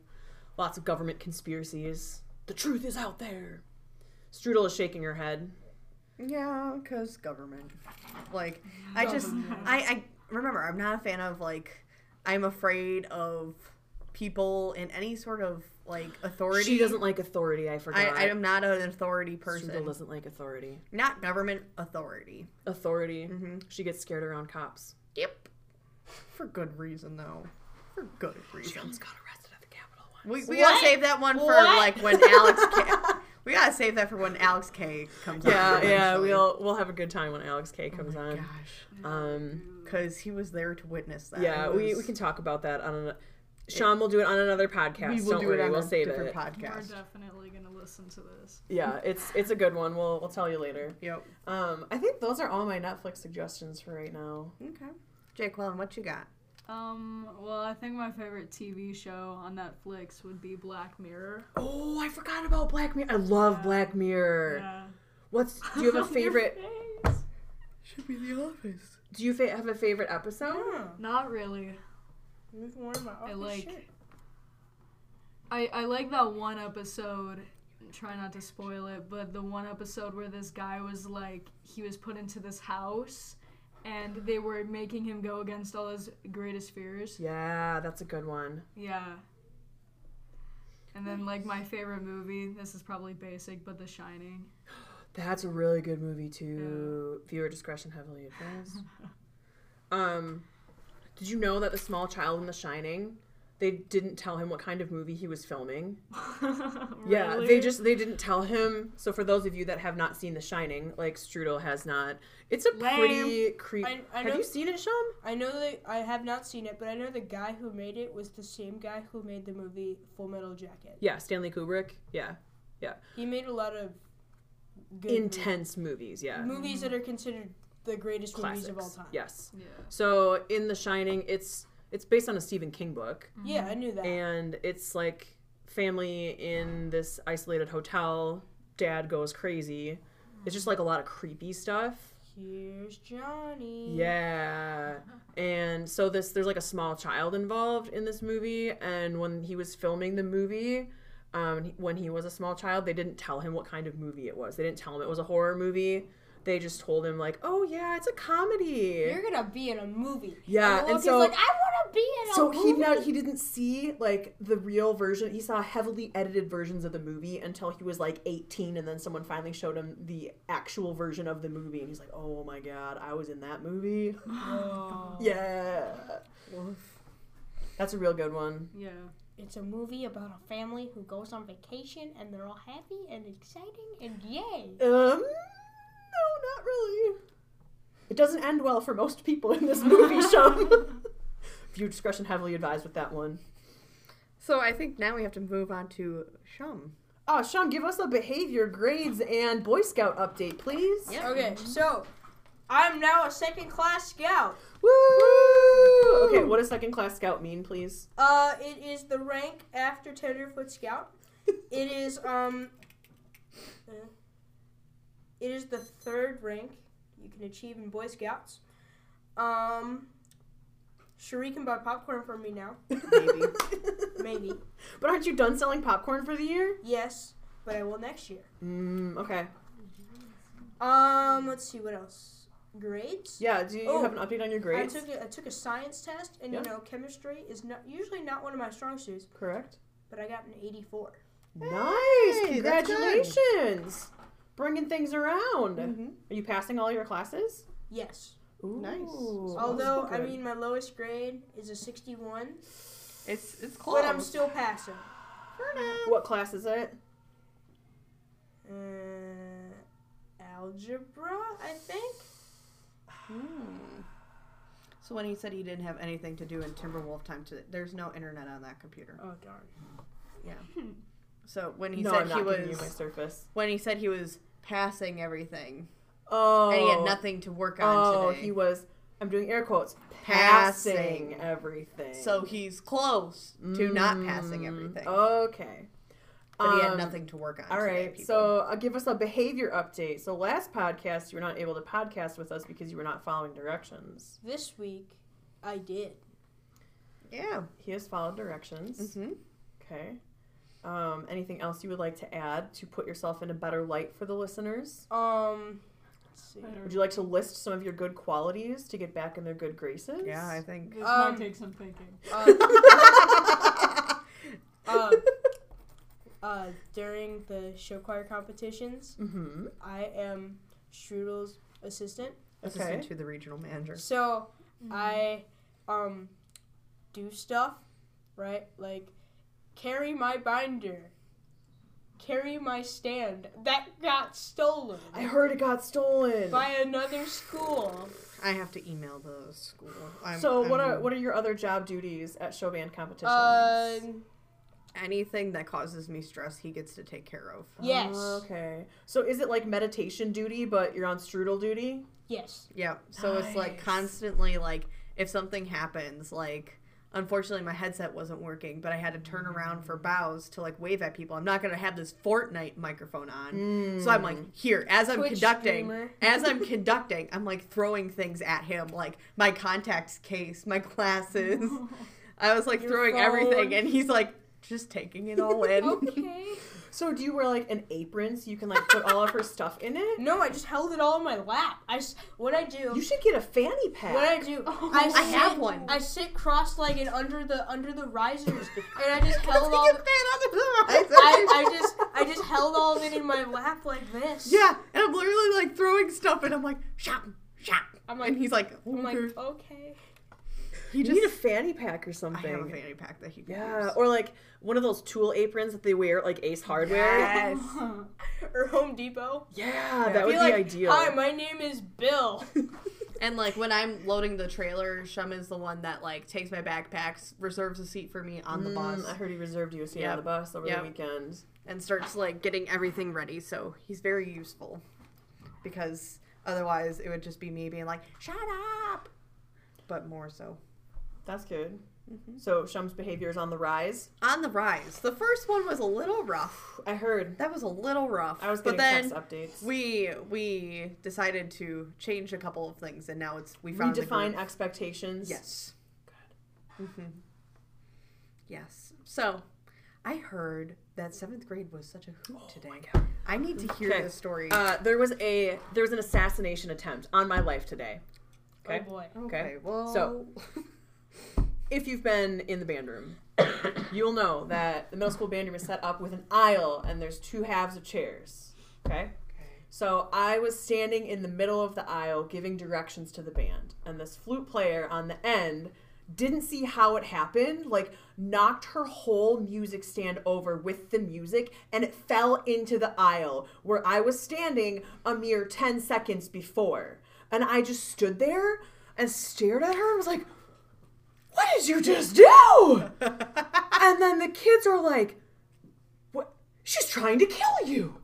[SPEAKER 3] Lots of government conspiracies. The truth is out there. Strudel is shaking her head.
[SPEAKER 2] Yeah, because government. Like, I just, I, I remember, I'm not a fan of, like, I'm afraid of people in any sort of, like, authority.
[SPEAKER 3] She doesn't like authority. I forgot.
[SPEAKER 2] I, I am not an authority
[SPEAKER 3] Strudel
[SPEAKER 2] person.
[SPEAKER 3] doesn't like authority.
[SPEAKER 2] Not government authority.
[SPEAKER 3] Authority. She gets scared around cops.
[SPEAKER 2] Yep. For good reason, though. For good reason.
[SPEAKER 3] got arrested at the Capitol once.
[SPEAKER 2] We, we gotta
[SPEAKER 5] What?
[SPEAKER 2] save that one for
[SPEAKER 5] What?
[SPEAKER 2] like when Alex. K- we gotta save that for when Alex K comes.
[SPEAKER 3] Yeah,
[SPEAKER 2] on
[SPEAKER 3] yeah,
[SPEAKER 2] eventually.
[SPEAKER 3] we'll we'll have a good time when Alex K comes
[SPEAKER 2] Gosh,
[SPEAKER 3] on. Um,
[SPEAKER 2] because he was there to witness that.
[SPEAKER 3] yeah,
[SPEAKER 2] It
[SPEAKER 3] we, we
[SPEAKER 2] was-
[SPEAKER 3] can talk about that on an. Sean will do it on another podcast.
[SPEAKER 2] We will
[SPEAKER 3] Don't
[SPEAKER 2] do
[SPEAKER 3] worry,
[SPEAKER 2] it on
[SPEAKER 3] we'll
[SPEAKER 2] a
[SPEAKER 3] save
[SPEAKER 2] different
[SPEAKER 3] it.
[SPEAKER 4] We're
[SPEAKER 2] podcast.
[SPEAKER 4] definitely gonna listen to this.
[SPEAKER 3] yeah, it's it's a good one. We'll we'll tell you later.
[SPEAKER 2] Yep.
[SPEAKER 3] Um, I think those are all my Netflix suggestions for right now.
[SPEAKER 2] Okay. Jake Wellen, what you got?
[SPEAKER 4] Um, well, I think my favorite TV show on Netflix would be Black Mirror.
[SPEAKER 3] Oh, I forgot about Black Mirror. I love Black Mirror.
[SPEAKER 4] Yeah.
[SPEAKER 3] What's do you have a
[SPEAKER 4] Your
[SPEAKER 3] favorite?
[SPEAKER 4] face.
[SPEAKER 2] Should be The Office.
[SPEAKER 3] do you fa- have a favorite episode?
[SPEAKER 5] Huh.
[SPEAKER 4] Not really.
[SPEAKER 5] We've worn my
[SPEAKER 4] I
[SPEAKER 5] office
[SPEAKER 4] like.
[SPEAKER 5] shirt.
[SPEAKER 4] I I like that one episode. Try not to spoil it, but the one episode where this guy was like he was put into this house, and they were making him go against all his greatest fears.
[SPEAKER 3] Yeah, that's a good one.
[SPEAKER 4] Yeah. And then like my favorite movie. This is probably basic, but The Shining.
[SPEAKER 3] That's a really good movie too. Viewer discretion heavily advised. um, did you know that the small child in The Shining, they didn't tell him what kind of movie he was filming? Yeah, they
[SPEAKER 4] Really?
[SPEAKER 3] just they didn't tell him. So for those of you that have not seen The Shining, like Strudel has not, it's a
[SPEAKER 4] Lame.
[SPEAKER 3] pretty creepy.
[SPEAKER 5] I- I
[SPEAKER 3] Have
[SPEAKER 5] know-
[SPEAKER 3] you seen it, Sean?
[SPEAKER 5] I know that I have not seen it, but I know the guy who made it was the same guy who made the movie Full Metal Jacket.
[SPEAKER 3] Yeah, Stanley Kubrick. Yeah,
[SPEAKER 5] He made a lot of good
[SPEAKER 3] intense movies. Yeah,
[SPEAKER 5] movies, movies that are considered the greatest
[SPEAKER 3] classics.
[SPEAKER 5] movies of all time.
[SPEAKER 3] Yes.
[SPEAKER 4] Yeah.
[SPEAKER 3] So in The Shining, it's it's based on a Stephen King book.
[SPEAKER 5] Yeah, I knew that.
[SPEAKER 3] and it's like family in this isolated hotel dad goes crazy it's just like a lot of creepy stuff
[SPEAKER 5] Here's Johnny.
[SPEAKER 3] yeah and so this there's like a small child involved in this movie and when he was filming the movie um, when he was a small child they didn't tell him what kind of movie it was they didn't tell him it was a horror movie they just told him like oh yeah it's a comedy
[SPEAKER 5] You're gonna be in a movie.
[SPEAKER 3] Yeah,
[SPEAKER 5] and,
[SPEAKER 3] and
[SPEAKER 5] Loki's
[SPEAKER 3] so-
[SPEAKER 5] like, I wanna be in a
[SPEAKER 3] So
[SPEAKER 5] movie.
[SPEAKER 3] he not, he didn't see like the real version. He saw heavily edited versions of the movie until he was like 18 and then someone finally showed him the actual version of the movie and he's like, "Oh my god, I was in that movie."
[SPEAKER 5] Oh.
[SPEAKER 3] Yeah. That's a real good one.
[SPEAKER 4] Yeah.
[SPEAKER 5] It's a movie about a family who goes on vacation and they're all happy and exciting and yay.
[SPEAKER 3] Um no, not really. It doesn't end well for most people in this movie show. View discretion heavily advised with that one.
[SPEAKER 2] So I think now we have to move on to Shum.
[SPEAKER 3] Oh, Sean, give us a behavior, grades, and Boy Scout update, please.
[SPEAKER 5] Okay, so I'm now a second class scout.
[SPEAKER 3] Woo! Okay, what does second class scout mean, please?
[SPEAKER 5] Uh, it is the rank after Tenderfoot Scout. It is um. uh, It is the third rank you can achieve in Boy Scouts. Um, Cherie can buy popcorn from me now.
[SPEAKER 3] Maybe.
[SPEAKER 5] Maybe
[SPEAKER 3] But aren't you done selling popcorn for the year?
[SPEAKER 5] yes, but I will next year.
[SPEAKER 3] Mm, okay.
[SPEAKER 5] Um, let's see what else. Grades.
[SPEAKER 3] Yeah, do you
[SPEAKER 5] Oh,
[SPEAKER 3] have an update on your grades?
[SPEAKER 5] I took a, I took a science test, and
[SPEAKER 3] Yeah.
[SPEAKER 5] you know chemistry is not usually not one of my strong suits,
[SPEAKER 3] Correct.
[SPEAKER 5] but I got an 84.
[SPEAKER 3] nice!
[SPEAKER 2] Hey, that's good.
[SPEAKER 3] Congratulations! Bringing things around. Are you passing all your classes?
[SPEAKER 5] Yes.
[SPEAKER 3] Ooh,
[SPEAKER 2] Nice.
[SPEAKER 3] those
[SPEAKER 5] Although
[SPEAKER 3] look
[SPEAKER 5] I
[SPEAKER 3] good.
[SPEAKER 5] mean, my lowest grade is a 61,
[SPEAKER 2] It's it's close.
[SPEAKER 5] but I'm still passing.
[SPEAKER 3] what class is it?
[SPEAKER 5] Uh, algebra, I think.
[SPEAKER 2] Hmm. So when he said he didn't have anything to do in Timberwolf time, to, there's no internet on that computer.
[SPEAKER 5] Oh darn.
[SPEAKER 2] So when he
[SPEAKER 3] no,
[SPEAKER 2] said
[SPEAKER 3] I'm not
[SPEAKER 2] he
[SPEAKER 3] giving you my
[SPEAKER 2] was
[SPEAKER 3] Surface.
[SPEAKER 2] when he said he was passing everything
[SPEAKER 3] Oh,
[SPEAKER 2] and he had nothing to work on
[SPEAKER 3] Oh,
[SPEAKER 2] today.
[SPEAKER 3] he was. I'm doing air quotes.
[SPEAKER 2] Passing.
[SPEAKER 3] Passing everything.
[SPEAKER 2] So he's close to not passing
[SPEAKER 3] Mm,
[SPEAKER 2] everything,
[SPEAKER 3] Okay.
[SPEAKER 2] but he had
[SPEAKER 3] Um,
[SPEAKER 2] nothing to work on.
[SPEAKER 3] All
[SPEAKER 2] today,
[SPEAKER 3] right,
[SPEAKER 2] people.
[SPEAKER 3] so uh, give us a behavior update. So last podcast, you were not able to podcast with us because you were not following directions.
[SPEAKER 5] This week, I did.
[SPEAKER 2] yeah,
[SPEAKER 3] He has followed directions.
[SPEAKER 2] hmm
[SPEAKER 3] Okay. Um, anything else you would like to add to put yourself in a better light for the listeners?
[SPEAKER 5] Um, let's see.
[SPEAKER 4] Better.
[SPEAKER 3] Would you like to list some of your good qualities to get back in their good graces?
[SPEAKER 2] yeah, I think.
[SPEAKER 4] This
[SPEAKER 5] Um,
[SPEAKER 4] might take some thinking.
[SPEAKER 5] Uh, uh, uh, during the show choir competitions,
[SPEAKER 3] Mm-hmm.
[SPEAKER 5] I am Strudel's assistant.
[SPEAKER 2] Assistant
[SPEAKER 3] Okay.
[SPEAKER 2] to the regional manager.
[SPEAKER 5] So
[SPEAKER 3] Mm-hmm.
[SPEAKER 5] I um do stuff, right? Like carry my binder, carry my stand that got stolen
[SPEAKER 3] I heard it got stolen.
[SPEAKER 5] by another school.
[SPEAKER 2] I have to email the school. I'm,
[SPEAKER 3] so what
[SPEAKER 2] I'm-
[SPEAKER 3] are what are your other job duties at show band competitions?
[SPEAKER 5] Uh,
[SPEAKER 2] anything that causes me stress? He gets to take care of.
[SPEAKER 5] yes,
[SPEAKER 3] Oh, Okay. So is it like meditation duty, but you're on strudel duty?
[SPEAKER 5] yes.
[SPEAKER 2] Yeah. So it's like
[SPEAKER 3] Nice.
[SPEAKER 2] constantly like if something happens, like unfortunately my headset wasn't working, but I had to turn
[SPEAKER 3] Mm.
[SPEAKER 2] around for bows to like wave at people. I'm not gonna have this Fortnite microphone on. So I'm like
[SPEAKER 3] Mm.
[SPEAKER 2] here as I'm
[SPEAKER 5] Twitch
[SPEAKER 2] conducting
[SPEAKER 5] streamer.
[SPEAKER 2] as I'm conducting, I'm like throwing things at him, like my contacts case, my glasses. I was like
[SPEAKER 5] Your
[SPEAKER 2] throwing
[SPEAKER 5] phone.
[SPEAKER 2] everything and he's like just taking it all in.
[SPEAKER 5] Okay.
[SPEAKER 3] So do you wear like an apron so you can like put all of her stuff in it?
[SPEAKER 5] no, I just held it all in my lap. I s- what I do.
[SPEAKER 3] You Oh, should get a fanny pack.
[SPEAKER 5] What I do, I,
[SPEAKER 2] I have
[SPEAKER 5] sit-
[SPEAKER 2] one.
[SPEAKER 5] I sit cross-legged under the under the risers, and I just
[SPEAKER 2] Because
[SPEAKER 5] held
[SPEAKER 2] he
[SPEAKER 5] all.
[SPEAKER 2] gets mad on the
[SPEAKER 5] I, I just I just held all of it in my lap like this.
[SPEAKER 2] Yeah, and I'm literally like throwing stuff, and I'm like, shop, shop.
[SPEAKER 5] I'm
[SPEAKER 2] and
[SPEAKER 5] like-
[SPEAKER 2] he's like,
[SPEAKER 5] I'm like,
[SPEAKER 3] Mm-hmm.
[SPEAKER 2] "Okay."
[SPEAKER 5] okay.
[SPEAKER 2] he
[SPEAKER 3] you
[SPEAKER 2] just.
[SPEAKER 3] need a fanny pack or
[SPEAKER 2] I
[SPEAKER 3] something.
[SPEAKER 2] have a fanny pack that he can
[SPEAKER 3] yeah,
[SPEAKER 2] use.
[SPEAKER 3] or like one of those tool aprons that they wear at like Ace Hardware.
[SPEAKER 2] Yes.
[SPEAKER 4] Oh,
[SPEAKER 5] Or Home Depot.
[SPEAKER 3] Yeah, that would
[SPEAKER 5] Be
[SPEAKER 3] be
[SPEAKER 5] like,
[SPEAKER 3] ideal.
[SPEAKER 5] Hi, my name is Bill.
[SPEAKER 2] and like when I'm loading the trailer, Shem is the one that like takes my backpacks, reserves a seat for me on the bus,
[SPEAKER 3] Mm, I heard he reserved you a seat
[SPEAKER 2] Yep.
[SPEAKER 3] on the bus over
[SPEAKER 2] Yep.
[SPEAKER 3] the weekend.
[SPEAKER 2] and starts like getting everything ready. So he's very useful, because otherwise it would just be me being like, shut up. But more so
[SPEAKER 3] That's good.
[SPEAKER 2] Mm-hmm.
[SPEAKER 3] So Shum's behavior is on the rise.
[SPEAKER 2] on the rise. The first one was a little rough.
[SPEAKER 3] I heard.
[SPEAKER 2] That was a little rough.
[SPEAKER 3] I was
[SPEAKER 2] but then
[SPEAKER 3] getting text updates.
[SPEAKER 2] We we decided to change a couple of things, and now it's we found The
[SPEAKER 3] redefine
[SPEAKER 2] groove.
[SPEAKER 3] expectations.
[SPEAKER 2] yes. Mhm. Yes. So, I heard that seventh grade was such a hoot today. I need to hear
[SPEAKER 3] Oh Okay.
[SPEAKER 2] this story.
[SPEAKER 3] Uh, there was a there was an assassination attempt on my life today. Okay.
[SPEAKER 5] Oh boy.
[SPEAKER 3] okay.
[SPEAKER 2] Well.
[SPEAKER 3] So- if you've been in the band room, you'll know that the middle school band room is set up with an aisle and there's two halves of chairs. Okay? So I was standing in the middle of the aisle giving directions to the band, and this flute player on the end didn't see how it happened, like knocked her whole music stand over with the music, and it fell into the aisle where I was standing a mere 10 seconds before. And I just stood there and stared at her and was like, what did you just do? and then the kids are like, what? She's trying to kill you.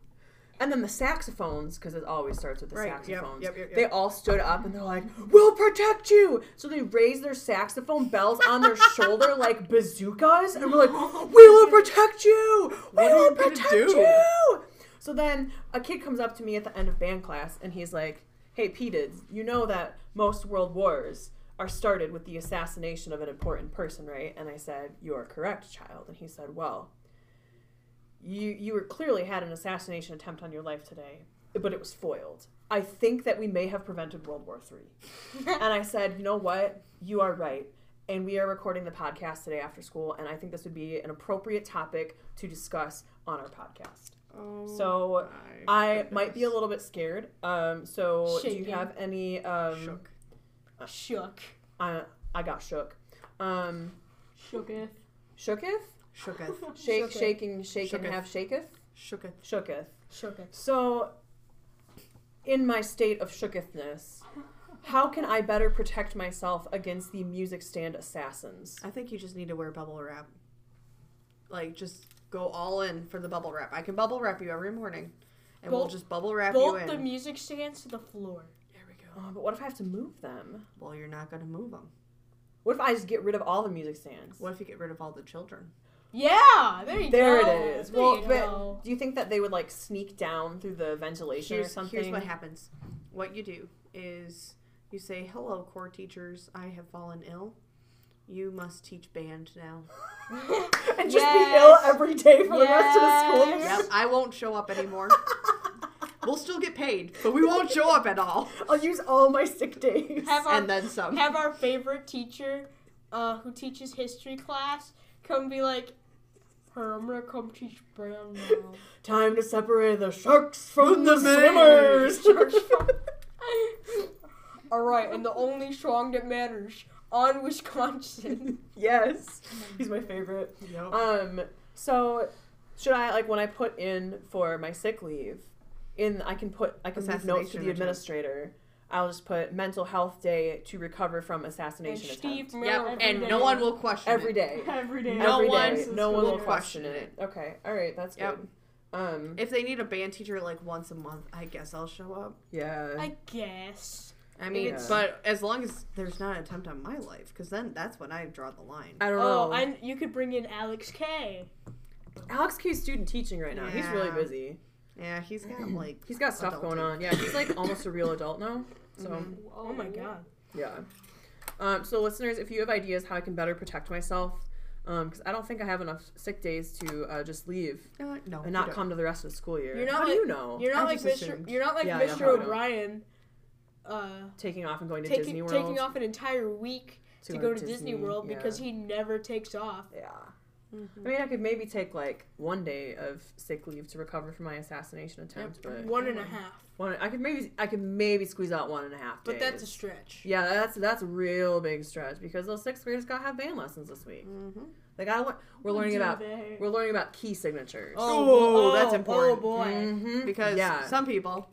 [SPEAKER 3] And then the saxophones, because it always starts with the
[SPEAKER 2] Right, yep,
[SPEAKER 3] saxophones,
[SPEAKER 2] yep, yep, yep.
[SPEAKER 3] they all stood up and they're like, we'll protect you. So they raised their saxophone bells on their shoulder like bazookas and we're like, we will protect you. We
[SPEAKER 2] What are
[SPEAKER 3] will
[SPEAKER 2] you gonna
[SPEAKER 3] protect
[SPEAKER 2] do?"
[SPEAKER 3] you. So then a kid comes up to me at the end of band class and he's like, Hey, Petids, you know that most world wars are started with the assassination of an important person, right? And I said, You are correct, child. And he said, Well, you, you were clearly had an assassination attempt on your life today, but it was foiled. I think that we may have prevented World War III. and I said, You know what? You are right. And we are recording the podcast today after school, and I think this would be an appropriate topic to discuss on our podcast. So
[SPEAKER 2] I
[SPEAKER 3] I might be a little bit scared. Um, so do
[SPEAKER 5] Shaking.
[SPEAKER 3] you have any? Um,
[SPEAKER 2] shook.
[SPEAKER 5] Shook.
[SPEAKER 3] I, I got shook. Um,
[SPEAKER 4] Shooketh.
[SPEAKER 3] shooketh,
[SPEAKER 2] Shooketh.
[SPEAKER 3] shake,
[SPEAKER 5] Shooketh.
[SPEAKER 3] shaking, shake and
[SPEAKER 2] Shooketh.
[SPEAKER 3] have shaketh,
[SPEAKER 2] Shooketh.
[SPEAKER 3] shooketh.
[SPEAKER 5] Shook it.
[SPEAKER 3] So, in my state of shookethness, How can I better protect myself against the music stand assassins?
[SPEAKER 2] I think you just need to wear bubble wrap. Like, just go all in for the bubble wrap. I can bubble wrap you every morning, and we'll
[SPEAKER 5] Bolt-
[SPEAKER 2] just bubble wrap you
[SPEAKER 5] Bolt
[SPEAKER 2] in.
[SPEAKER 5] the music stands to the floor.
[SPEAKER 2] there we go.
[SPEAKER 3] Oh, but what if I have to move them?
[SPEAKER 2] Well, you're not gonna move them.
[SPEAKER 3] What if I just get rid of all the music stands?
[SPEAKER 2] What if you get rid of all the children?
[SPEAKER 5] Yeah, there you
[SPEAKER 3] There
[SPEAKER 5] go.
[SPEAKER 3] it is.
[SPEAKER 5] There
[SPEAKER 3] well,
[SPEAKER 5] you
[SPEAKER 3] but
[SPEAKER 5] go.
[SPEAKER 3] do you think that they would like sneak down through the ventilation or
[SPEAKER 2] Here's,
[SPEAKER 3] something?
[SPEAKER 2] here's what happens. What you do is you say, "Hello, core teachers. I have fallen ill. You must teach band now.
[SPEAKER 3] and just
[SPEAKER 5] Yes.
[SPEAKER 3] be ill every day for the rest of the school year.
[SPEAKER 2] yep, I won't show up anymore. we'll still get paid, but we won't show up at all,
[SPEAKER 3] I'll use all my sick days.
[SPEAKER 5] Have our
[SPEAKER 2] and then
[SPEAKER 3] um,
[SPEAKER 2] some."
[SPEAKER 5] have our favorite teacher, uh, who teaches history class, come be like, "Her, I'm gonna come teach Brown now."
[SPEAKER 3] Time to separate the sharks from the,
[SPEAKER 2] the swimmers.
[SPEAKER 3] swimmers.
[SPEAKER 5] All right, and the only song that matters on Wisconsin.
[SPEAKER 3] yes, he's my favorite.
[SPEAKER 2] Yep.
[SPEAKER 3] Um, so should I like when I put in for my sick leave, in I can put I can leave notes to
[SPEAKER 2] Assassination
[SPEAKER 3] the
[SPEAKER 2] attempt.
[SPEAKER 3] administrator. I'll just put mental health day to recover from
[SPEAKER 5] and
[SPEAKER 3] assassination attempt.
[SPEAKER 5] Steve Miller.
[SPEAKER 2] Yep,
[SPEAKER 5] every
[SPEAKER 2] and
[SPEAKER 5] day.
[SPEAKER 2] no one will question
[SPEAKER 3] Every
[SPEAKER 2] it.
[SPEAKER 3] day.
[SPEAKER 4] Every day.
[SPEAKER 2] No
[SPEAKER 3] Every
[SPEAKER 2] one-
[SPEAKER 3] day.
[SPEAKER 4] since
[SPEAKER 3] no one
[SPEAKER 4] school
[SPEAKER 3] will
[SPEAKER 4] year.
[SPEAKER 3] question
[SPEAKER 2] Question
[SPEAKER 3] it. Okay, all right, that's
[SPEAKER 2] Yep.
[SPEAKER 3] good. Um,
[SPEAKER 2] If they need a band teacher like once a month, I guess I'll show up.
[SPEAKER 3] yeah.
[SPEAKER 5] I guess.
[SPEAKER 2] I mean,
[SPEAKER 3] It's-
[SPEAKER 2] but as long as there's not an attempt on my life, because then that's when I draw the line.
[SPEAKER 3] I don't
[SPEAKER 5] Oh,
[SPEAKER 3] know.
[SPEAKER 5] and you could bring in Alex K.
[SPEAKER 3] Alex K's student teaching right now. He's really
[SPEAKER 2] Yeah.
[SPEAKER 3] busy.
[SPEAKER 2] Yeah, he's got like
[SPEAKER 3] He's got stuff going
[SPEAKER 2] adulting.
[SPEAKER 3] on. Yeah, he's like almost a real adult now. So
[SPEAKER 4] Mm-hmm.
[SPEAKER 5] Oh my God.
[SPEAKER 3] yeah. Um, so listeners, if you have ideas how I can better protect myself, because I don't think I have enough sick days to uh, just leave
[SPEAKER 2] Uh, no,
[SPEAKER 3] and not
[SPEAKER 2] you
[SPEAKER 3] come to the rest of the school year.
[SPEAKER 5] You're not
[SPEAKER 3] how do
[SPEAKER 5] like-
[SPEAKER 3] you know?
[SPEAKER 5] You're not
[SPEAKER 2] I
[SPEAKER 5] like
[SPEAKER 2] just
[SPEAKER 5] Mr.
[SPEAKER 2] assumed.
[SPEAKER 5] You're not like
[SPEAKER 3] Yeah, I know
[SPEAKER 5] Mr.
[SPEAKER 3] how I know.
[SPEAKER 5] O'Brien. Uh,
[SPEAKER 3] taking off and going to
[SPEAKER 5] taking
[SPEAKER 3] Disney World.
[SPEAKER 5] taking off an entire week to, go to Disney, World
[SPEAKER 3] yeah.
[SPEAKER 5] because he never takes off.
[SPEAKER 3] Yeah. I mean, I could maybe take like one day of sick leave to recover from my assassination attempt, but
[SPEAKER 5] One and a half,
[SPEAKER 3] one, I could maybe I could maybe squeeze out one and a half days.
[SPEAKER 5] but that's a stretch.
[SPEAKER 3] yeah, that's that's a real big stretch because those sixth graders gotta have band lessons this week. They gotta learn. We're learning about we're learning about key signatures.
[SPEAKER 2] Oh, that's important.
[SPEAKER 5] Oh boy.
[SPEAKER 3] Mhm.
[SPEAKER 2] because
[SPEAKER 3] yeah.
[SPEAKER 2] some people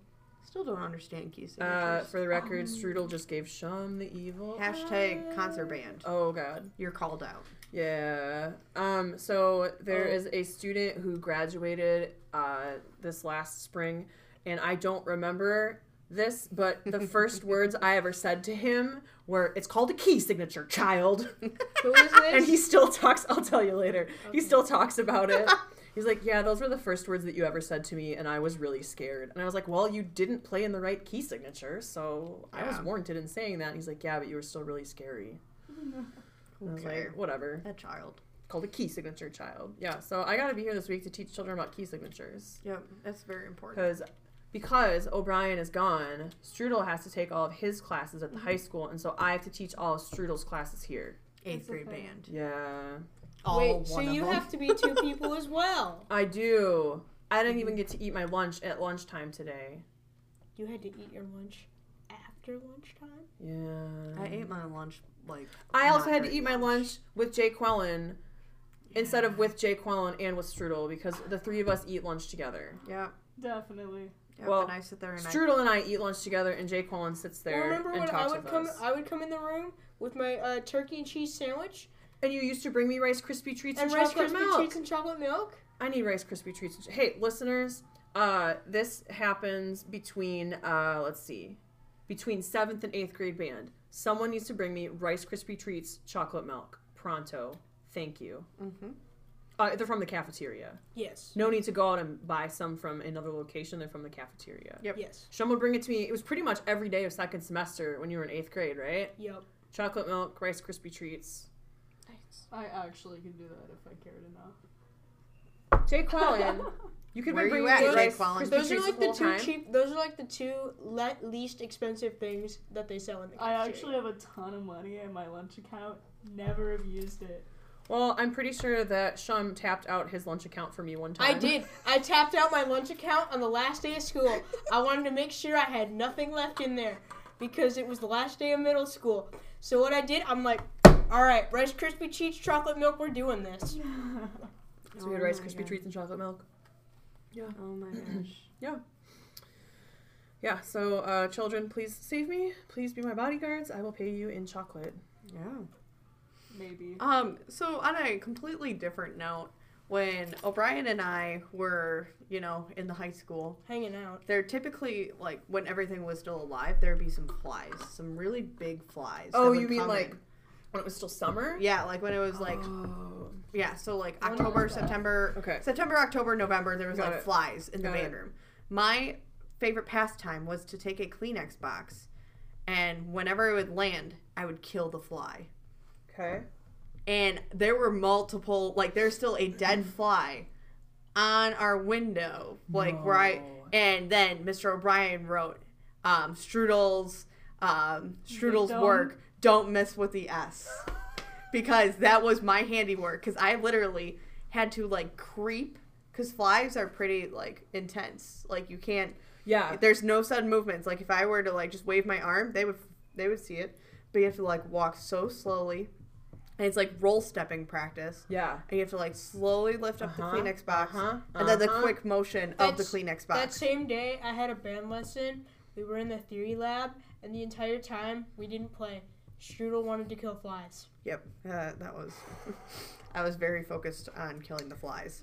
[SPEAKER 2] still don't understand keys.
[SPEAKER 3] uh, for the record, Strudel just gave Shum the evil. eye.
[SPEAKER 2] Hashtag concert band.
[SPEAKER 3] Oh god.
[SPEAKER 2] You're called out.
[SPEAKER 3] Yeah. Um, so there
[SPEAKER 5] Oh.
[SPEAKER 3] is a student who graduated uh, this last spring, and I don't remember this, but the first words I ever said to him were, "It's called a key signature, child."
[SPEAKER 5] Who is this?
[SPEAKER 3] and he still talks. I'll tell you later. He still talks about it. He's like, "Yeah, those were the first words that you ever said to me, and I was really scared." And I was like, "Well, you didn't play in the right key signature, so I was
[SPEAKER 2] Yeah.
[SPEAKER 3] warranted in saying that." And he's like, "Yeah, but you were still really scary." And I was
[SPEAKER 2] Okay.
[SPEAKER 3] like, "Whatever."
[SPEAKER 2] A child.
[SPEAKER 3] called a key signature child. Yeah, so I gotta be here this week to teach children about key signatures
[SPEAKER 2] Yep, that's very important.
[SPEAKER 3] because because O'Brien is gone, Strudel has to take all of his classes at the high school, and so I have to teach all of Strudel's classes here.
[SPEAKER 2] Eighth
[SPEAKER 4] That's a
[SPEAKER 2] grade
[SPEAKER 4] thing.
[SPEAKER 2] band.
[SPEAKER 3] Yeah,
[SPEAKER 2] All
[SPEAKER 5] Wait,
[SPEAKER 2] one
[SPEAKER 5] so
[SPEAKER 2] of
[SPEAKER 5] you
[SPEAKER 2] them.
[SPEAKER 5] have to be two people as well.
[SPEAKER 3] I do. I didn't even get to eat my lunch at lunchtime today.
[SPEAKER 5] You had to eat your lunch after lunchtime.
[SPEAKER 3] Yeah,
[SPEAKER 2] I ate my lunch like.
[SPEAKER 3] I also
[SPEAKER 2] not
[SPEAKER 3] had to
[SPEAKER 2] during
[SPEAKER 3] eat my lunch with Jay Quellen instead of with Jay Quellen and with Strudel because the three of us eat lunch together.
[SPEAKER 2] Yep.
[SPEAKER 4] Definitely.
[SPEAKER 2] yep.
[SPEAKER 3] Well,
[SPEAKER 2] and I sit there and I.
[SPEAKER 3] Strudel and I eat lunch together, and Jay Quellen sits
[SPEAKER 5] Well,
[SPEAKER 3] there
[SPEAKER 5] remember
[SPEAKER 3] and
[SPEAKER 5] when I
[SPEAKER 3] talks
[SPEAKER 5] would
[SPEAKER 3] with
[SPEAKER 5] come?
[SPEAKER 3] us.
[SPEAKER 5] I would come in the room with my uh, turkey and cheese sandwich
[SPEAKER 3] And you used to bring me Rice Krispie treats and,
[SPEAKER 5] and Rice
[SPEAKER 3] chocolate
[SPEAKER 5] Krispie
[SPEAKER 3] milk.
[SPEAKER 5] treats and chocolate milk.
[SPEAKER 3] I need Rice Krispie treats. And ch- hey, listeners, uh, this happens between uh, let's see, between seventh and eighth grade band. Someone needs to bring me Rice Krispie treats, chocolate milk, pronto. Thank you.
[SPEAKER 2] Mhm.
[SPEAKER 3] Uh, they're from the cafeteria.
[SPEAKER 5] Yes.
[SPEAKER 3] No need to go out and buy some from another location. They're from the cafeteria.
[SPEAKER 2] Yep.
[SPEAKER 5] Yes.
[SPEAKER 3] Someone would bring it to me. It was pretty much every day of second semester when you were in eighth grade, right?
[SPEAKER 5] Yep.
[SPEAKER 3] Chocolate milk, Rice Krispie treats.
[SPEAKER 4] I actually could do that if I cared enough.
[SPEAKER 3] Jay Quellen. You could
[SPEAKER 2] Where
[SPEAKER 3] be
[SPEAKER 2] you
[SPEAKER 3] bringing
[SPEAKER 2] at,
[SPEAKER 3] me
[SPEAKER 2] Jay
[SPEAKER 3] Rice
[SPEAKER 2] Quellen?
[SPEAKER 3] Krispie
[SPEAKER 5] Those are
[SPEAKER 3] treats
[SPEAKER 5] like
[SPEAKER 3] whole
[SPEAKER 5] the two
[SPEAKER 3] time.
[SPEAKER 5] cheap. Those are like the two le- least expensive things that they sell in the.
[SPEAKER 4] I
[SPEAKER 5] cafeteria.
[SPEAKER 4] actually have a ton of money in my lunch account. Never have used it.
[SPEAKER 3] Well, I'm pretty sure that Shum tapped out his lunch account for me one time.
[SPEAKER 5] I did. I tapped out my lunch account on the last day of school. I wanted to make sure I had nothing left in there because it was the last day of middle school. So what I did, I'm like, all right, Rice Krispie treats, chocolate milk. We're doing this.
[SPEAKER 3] So we had
[SPEAKER 2] Oh
[SPEAKER 3] Rice
[SPEAKER 2] my
[SPEAKER 3] Krispie
[SPEAKER 2] God.
[SPEAKER 3] treats and chocolate milk.
[SPEAKER 2] Oh my gosh.
[SPEAKER 3] Yeah, so uh, children, please save me. Please be my bodyguards. I will pay you in chocolate.
[SPEAKER 2] Yeah.
[SPEAKER 4] Maybe.
[SPEAKER 2] Um, so on a completely different note, when O'Brien and I were, you know, in the high school,
[SPEAKER 5] Hanging out.
[SPEAKER 2] there typically like when everything was still alive, there'd be some flies, some really big flies. that
[SPEAKER 3] Oh,
[SPEAKER 2] would
[SPEAKER 3] you mean
[SPEAKER 2] come
[SPEAKER 3] like
[SPEAKER 2] in.
[SPEAKER 3] when it was still summer?
[SPEAKER 2] yeah, like when it was like
[SPEAKER 3] Oh.
[SPEAKER 2] yeah, so like
[SPEAKER 4] When was
[SPEAKER 2] October,
[SPEAKER 4] that?
[SPEAKER 2] September,
[SPEAKER 3] Okay.
[SPEAKER 2] September, October, November, there was
[SPEAKER 3] Got
[SPEAKER 2] like
[SPEAKER 3] it.
[SPEAKER 2] flies in the
[SPEAKER 3] Got it.
[SPEAKER 2] bedroom. My favorite pastime was to take a Kleenex box, and whenever it would land, I would kill the fly.
[SPEAKER 3] Okay.
[SPEAKER 2] and there were multiple like there's still a dead fly on our window like where I and then mr o'brien wrote um strudel's um strudel's
[SPEAKER 4] Victim.
[SPEAKER 2] work don't mess with the s because that was my handiwork because i literally had to like creep because flies are pretty like intense like you can't
[SPEAKER 3] Yeah.
[SPEAKER 2] there's no sudden movements. Like if I were to like just wave my arm, they would they would see it. But you have to like walk so slowly, and it's like roll stepping practice.
[SPEAKER 3] Yeah.
[SPEAKER 2] And you have to like slowly lift up
[SPEAKER 3] Uh-huh,
[SPEAKER 2] the Kleenex box,
[SPEAKER 3] uh-huh,
[SPEAKER 2] and then the
[SPEAKER 3] uh-huh.
[SPEAKER 2] quick motion of the
[SPEAKER 5] That's-
[SPEAKER 2] Kleenex
[SPEAKER 5] That
[SPEAKER 2] box.
[SPEAKER 5] same day, I had a band lesson. We were in the theory lab, and the entire time we didn't play. Strudel wanted to kill flies.
[SPEAKER 2] Yep, uh, that was. I was very focused on killing the flies.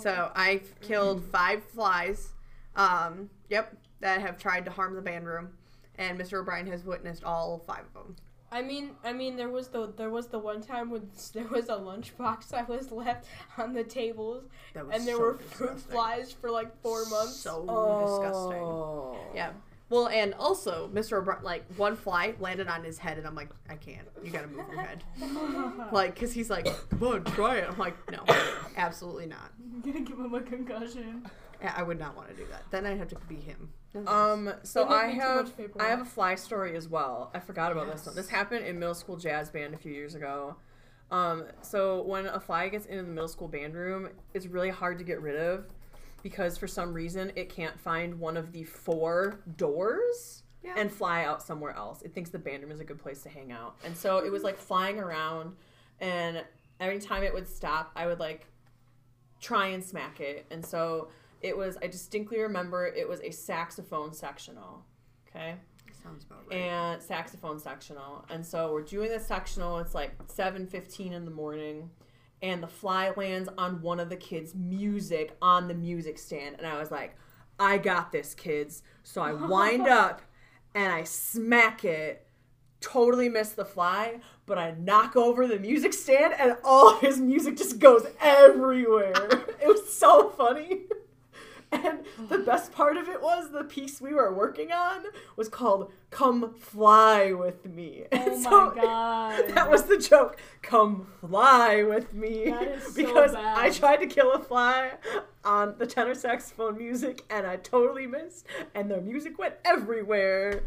[SPEAKER 2] So I've killed five flies. Um, yep, that have tried to harm the band room, and Mr. O'Brien has witnessed all five of them.
[SPEAKER 5] I mean, I mean, there was the there was the one time when s- there was a lunchbox that was left on the tables,
[SPEAKER 2] That was
[SPEAKER 5] and there
[SPEAKER 2] so
[SPEAKER 5] were fruit
[SPEAKER 2] disgusting.
[SPEAKER 5] flies for like four months.
[SPEAKER 2] So disgusting.
[SPEAKER 3] Oh.
[SPEAKER 2] Yeah. Well, and also, Mr. O'Brien, like, one fly landed on his head, and I'm like, I can't. You gotta move your head. Like, because he's like, come on, try it. I'm like, no, absolutely not.
[SPEAKER 4] I'm gonna give him a concussion.
[SPEAKER 2] I I would not want to do that. Then I'd have to be him. No, thanks.
[SPEAKER 3] Um, so
[SPEAKER 5] Wouldn't it
[SPEAKER 3] I
[SPEAKER 5] be too
[SPEAKER 3] have
[SPEAKER 5] much paperwork?
[SPEAKER 3] I have a fly story as well. I forgot about this
[SPEAKER 2] Yes.
[SPEAKER 3] one. This happened in middle school jazz band a few years ago. Um, so when a fly gets into the middle school band room, it's really hard to get rid of because for some reason it can't find one of the four doors
[SPEAKER 2] Yeah.
[SPEAKER 3] and fly out somewhere else. It thinks the band room is a good place to hang out. And so it was like flying around and every time it would stop, I would like try and smack it. And so it was, I distinctly remember it was a saxophone sectional. Okay.
[SPEAKER 2] Sounds about right.
[SPEAKER 3] And saxophone sectional. And so we're doing the sectional. It's like 7.15 in the morning. And the fly lands on one of the kids' music on the music stand. And I was like, I got this, kids. So I wind up and I smack it. Totally miss the fly, but I knock over the music stand and all his music just goes everywhere. it was so funny. And the best part of it was the piece we were working on was called Come Fly With Me.
[SPEAKER 4] Oh
[SPEAKER 3] And so
[SPEAKER 4] my god.
[SPEAKER 3] That was the joke. Come fly with me.
[SPEAKER 4] That is so
[SPEAKER 3] because
[SPEAKER 4] bad.
[SPEAKER 3] I tried to kill a fly on the tenor saxophone music and I totally missed, and the music went everywhere.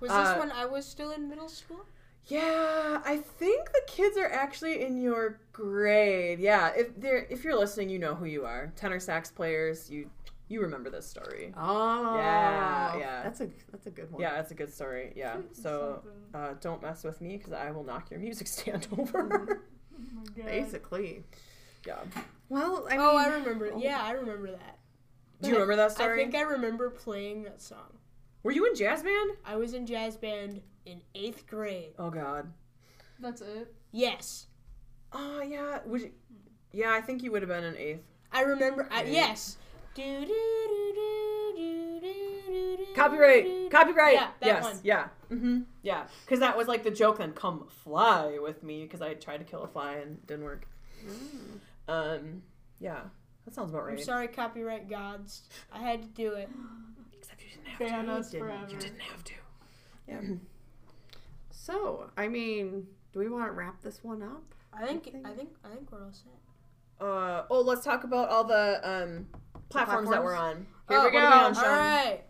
[SPEAKER 5] Was
[SPEAKER 3] Uh,
[SPEAKER 5] this when I was still in middle school?
[SPEAKER 3] Yeah, I think the kids are actually in your grade. Yeah, if they're if you're listening, you know who you are. Tenor sax players, you you remember this story.
[SPEAKER 2] oh.
[SPEAKER 3] Yeah, yeah.
[SPEAKER 2] That's a, that's a good one.
[SPEAKER 3] Yeah, that's a good story. Yeah. So
[SPEAKER 4] Something.
[SPEAKER 3] uh, don't mess with me because I will knock your music stand over.
[SPEAKER 4] Oh my god.
[SPEAKER 2] Basically.
[SPEAKER 3] yeah.
[SPEAKER 2] Well, I mean.
[SPEAKER 5] oh, I remember. Yeah, I remember that.
[SPEAKER 3] Do you remember that
[SPEAKER 5] I
[SPEAKER 3] story?
[SPEAKER 5] think I remember playing that song.
[SPEAKER 3] Were you in jazz band?
[SPEAKER 5] I was in jazz band in eighth grade.
[SPEAKER 3] Oh God.
[SPEAKER 4] That's it.
[SPEAKER 5] Yes,
[SPEAKER 3] Oh yeah. Would you? Yeah, I think you would have been in eighth.
[SPEAKER 5] I remember. I,
[SPEAKER 3] Great.
[SPEAKER 5] yes. Do, do, do, do, do, do, do, do,
[SPEAKER 3] Copyright.
[SPEAKER 5] do.
[SPEAKER 3] Copyright.
[SPEAKER 5] Yeah, that
[SPEAKER 3] yes.
[SPEAKER 5] one.
[SPEAKER 3] Yeah. Mm-hmm. Yeah. Because that was like the joke. Then come fly with me because I tried to kill a fly and didn't work. Um. Yeah. That sounds about
[SPEAKER 5] I'm
[SPEAKER 3] right.
[SPEAKER 5] sorry, copyright gods. I had to do it.
[SPEAKER 3] Except you didn't have to.
[SPEAKER 4] Ban us
[SPEAKER 2] didn't.
[SPEAKER 4] forever.
[SPEAKER 3] You didn't have to.
[SPEAKER 2] So, I mean, do we want to wrap this one up?
[SPEAKER 5] I think.
[SPEAKER 2] think-
[SPEAKER 5] I think. I think we're all set.
[SPEAKER 3] Uh. Oh, let's talk about all the um platforms, that
[SPEAKER 2] platforms?
[SPEAKER 3] we're on. Here we
[SPEAKER 5] what
[SPEAKER 3] go.
[SPEAKER 5] are we
[SPEAKER 3] Sean?
[SPEAKER 5] All right.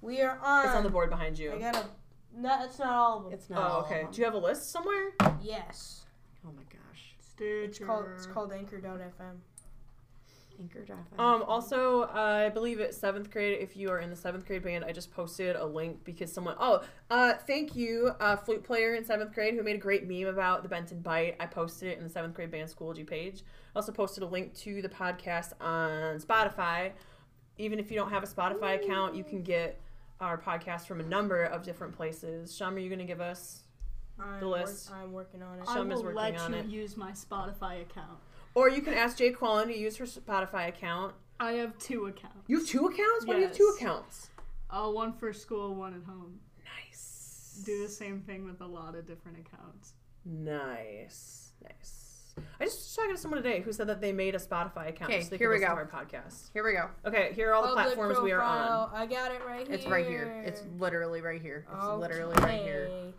[SPEAKER 5] We are on.
[SPEAKER 3] It's on the board behind
[SPEAKER 5] I
[SPEAKER 3] you.
[SPEAKER 5] gotta. No, that's not all of them.
[SPEAKER 2] It's not. all
[SPEAKER 3] Oh,
[SPEAKER 2] of
[SPEAKER 3] okay.
[SPEAKER 2] them.
[SPEAKER 3] Do you have a list somewhere?
[SPEAKER 5] yes.
[SPEAKER 2] Oh my gosh.
[SPEAKER 4] Stitcher.
[SPEAKER 5] It's called. It's called Anchor.fm.
[SPEAKER 2] Anchor.fm.
[SPEAKER 3] Um, also, I believe at seventh grade, if you are in the seventh grade band, I just posted a link because someone. Oh, uh, thank you, uh, flute player in seventh grade who made a great meme about the Benton Bite. I posted it in the seventh grade band Schoology page. I also posted a link to the podcast on Spotify. Even if you don't have a Spotify account, you can get our podcast from a number of different places. Sham, are you going to give us?
[SPEAKER 5] I'm
[SPEAKER 3] The
[SPEAKER 5] work-
[SPEAKER 3] list.
[SPEAKER 5] I'm working on it.
[SPEAKER 4] I
[SPEAKER 3] Shum is
[SPEAKER 4] will
[SPEAKER 3] working
[SPEAKER 4] let
[SPEAKER 3] on
[SPEAKER 4] you
[SPEAKER 3] it.
[SPEAKER 4] use my Spotify account.
[SPEAKER 3] Or you can ask Jade Quallen to use her Spotify account.
[SPEAKER 4] I have two accounts.
[SPEAKER 3] You have two accounts? Why do you have two
[SPEAKER 4] Yes.
[SPEAKER 3] accounts?
[SPEAKER 4] Uh, one for school, one at home.
[SPEAKER 3] Nice.
[SPEAKER 4] Do the same thing with a lot of different accounts.
[SPEAKER 3] Nice. Nice. I just was talking to someone today who said that they made a Spotify account
[SPEAKER 2] Okay,
[SPEAKER 3] so they
[SPEAKER 2] here
[SPEAKER 3] could
[SPEAKER 2] we
[SPEAKER 3] listen
[SPEAKER 2] go.
[SPEAKER 3] to our podcast.
[SPEAKER 2] Here we go.
[SPEAKER 3] Okay, here are all the
[SPEAKER 5] Public
[SPEAKER 3] platforms we are on.
[SPEAKER 5] Oh, profile. I got it right here.
[SPEAKER 2] It's right here. It's literally right here. It's literally right here.
[SPEAKER 5] Okay.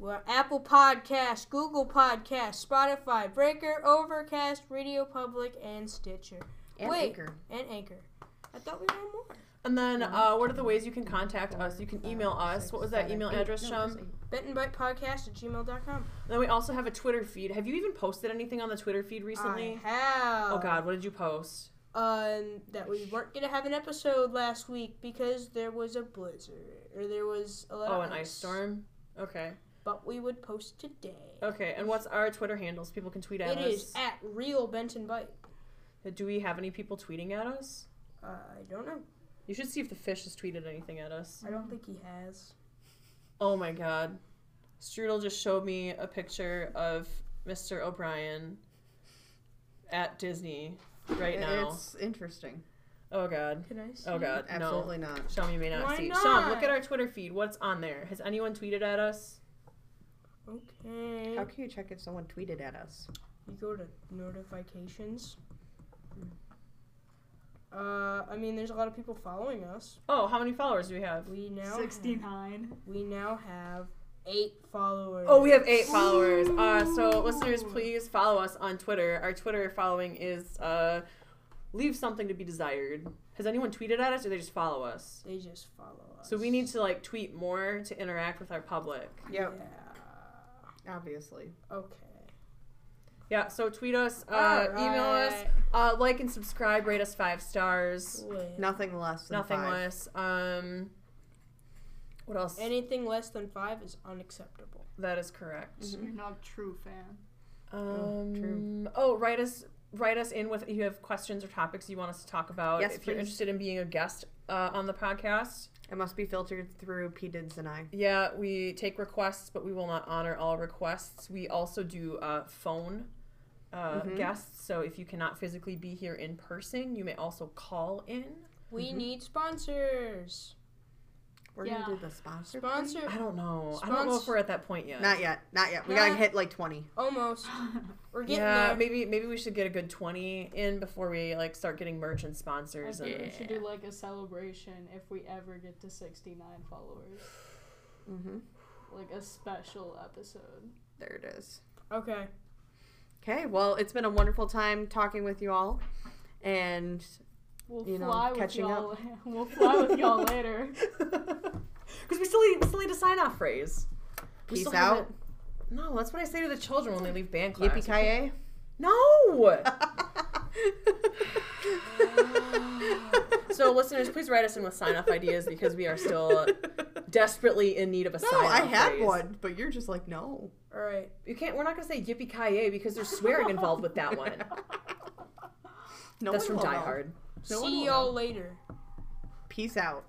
[SPEAKER 5] Well, Apple Podcasts, Google Podcasts, Spotify, Breaker, Overcast, Radio Public, and Stitcher.
[SPEAKER 2] And
[SPEAKER 5] Wait.
[SPEAKER 2] Anchor.
[SPEAKER 5] And Anchor. I thought we had more.
[SPEAKER 3] And then, uh, what are the ways you can contact us? You can email us. What was that email address, Shum?
[SPEAKER 5] Bit and Bite Podcast at gmail.com.
[SPEAKER 3] Then we also have a Twitter feed. Have you even posted anything on the Twitter feed recently?
[SPEAKER 5] I have.
[SPEAKER 3] Oh God, what did you post?
[SPEAKER 5] Um, that we weren't going to have an episode last week because there was a blizzard. Or there was a lot
[SPEAKER 3] Oh,
[SPEAKER 5] of
[SPEAKER 3] an ice storm. Oh, Okay,
[SPEAKER 5] But we would post today.
[SPEAKER 3] okay. And what's our Twitter handles? People can tweet
[SPEAKER 5] It
[SPEAKER 3] at us.
[SPEAKER 5] is at Real Benton Bite.
[SPEAKER 3] Do we have any people tweeting at us?
[SPEAKER 5] Uh, I don't know.
[SPEAKER 3] You should see if the fish has tweeted anything at us.
[SPEAKER 5] I don't think he has.
[SPEAKER 3] Oh my God, Strudel just showed me a picture of Mr. O'Brien at Disney right now.
[SPEAKER 2] It's interesting.
[SPEAKER 3] Oh God.
[SPEAKER 5] Can I see?
[SPEAKER 3] Oh God. No.
[SPEAKER 2] Absolutely not.
[SPEAKER 3] Shum, you may not
[SPEAKER 5] Why
[SPEAKER 3] see.
[SPEAKER 5] not?
[SPEAKER 3] Shum, look at our Twitter feed. What's on there? Has anyone tweeted at us?
[SPEAKER 5] Okay.
[SPEAKER 2] How can you check if someone tweeted at us?
[SPEAKER 5] You go to notifications. Uh, I mean, there's a lot of people following us.
[SPEAKER 3] Oh, how many followers do we have?
[SPEAKER 5] We now Have,
[SPEAKER 4] 69.
[SPEAKER 5] we now have eight followers.
[SPEAKER 3] Oh, we have eight followers. Uh, so listeners, please follow us on Twitter. Our Twitter following is uh, leave something to be desired. Has anyone tweeted at us, or they just follow us?
[SPEAKER 5] They just follow us.
[SPEAKER 3] So we need to like tweet more to interact with our public.
[SPEAKER 5] Yeah.
[SPEAKER 2] Obviously.
[SPEAKER 5] Okay.
[SPEAKER 3] Yeah. So tweet us, uh, email us, uh, like and subscribe, rate us five stars,
[SPEAKER 5] Wait.
[SPEAKER 2] Nothing less than
[SPEAKER 3] nothing
[SPEAKER 2] five.
[SPEAKER 3] less. Um, what else?
[SPEAKER 5] Anything less than five is unacceptable.
[SPEAKER 3] that is correct.
[SPEAKER 4] You're not a true fan.
[SPEAKER 3] Um,
[SPEAKER 2] true.
[SPEAKER 3] Oh, write us write us in with if you have questions or topics you want us to talk about.
[SPEAKER 2] Yes,
[SPEAKER 3] if you're
[SPEAKER 2] please.
[SPEAKER 3] interested in being a guest uh, on the podcast,
[SPEAKER 2] It must be filtered through P. Dids and I.
[SPEAKER 3] yeah, we take requests, but we will not honor all requests. We also do uh, phone uh,
[SPEAKER 2] Mhm.
[SPEAKER 3] guests, so if you cannot physically be here in person, you may also call in.
[SPEAKER 5] We
[SPEAKER 3] Mm-hmm.
[SPEAKER 5] need sponsors.
[SPEAKER 2] We're
[SPEAKER 4] Yeah.
[SPEAKER 2] gonna do the sponsor. part?
[SPEAKER 5] Sponsor
[SPEAKER 3] I don't know. I don't know if
[SPEAKER 5] Spons-
[SPEAKER 3] we're at that point yet.
[SPEAKER 2] Not yet. Not yet. We
[SPEAKER 5] Not-
[SPEAKER 2] gotta hit like twenty.
[SPEAKER 5] almost. We're getting
[SPEAKER 3] yeah,
[SPEAKER 5] there.
[SPEAKER 3] maybe maybe we should get a good twenty in before we like start getting merch and sponsors.
[SPEAKER 4] I think
[SPEAKER 3] And,
[SPEAKER 4] we should do like a celebration if we ever get to 69 followers.
[SPEAKER 2] Mm-hmm.
[SPEAKER 4] Like a special episode.
[SPEAKER 2] There it is.
[SPEAKER 5] Okay.
[SPEAKER 2] Okay. Well, it's been a wonderful time talking with you all, and
[SPEAKER 4] We'll
[SPEAKER 2] You know,
[SPEAKER 4] fly with
[SPEAKER 2] catching
[SPEAKER 4] y'all. We'll fly with y'all later.
[SPEAKER 3] Because we still need, we still need a sign off phrase. We
[SPEAKER 2] peace
[SPEAKER 3] still
[SPEAKER 2] out.
[SPEAKER 3] haven't- No, that's what I say to the children when they leave band class.
[SPEAKER 2] Yippee ki
[SPEAKER 3] No. so listeners, please write us in with sign off ideas because we are still desperately in need of a
[SPEAKER 2] No,
[SPEAKER 3] sign off.
[SPEAKER 2] I had one, but you're just like no.
[SPEAKER 5] All right.
[SPEAKER 3] You can't. We're not gonna say yippee ki because there's swearing involved with that one.
[SPEAKER 2] No
[SPEAKER 3] that's
[SPEAKER 2] one
[SPEAKER 3] from
[SPEAKER 2] will
[SPEAKER 3] Die
[SPEAKER 2] know.
[SPEAKER 3] Hard.
[SPEAKER 2] No one
[SPEAKER 5] See
[SPEAKER 2] will
[SPEAKER 5] y'all
[SPEAKER 2] know.
[SPEAKER 5] later.
[SPEAKER 2] Peace out.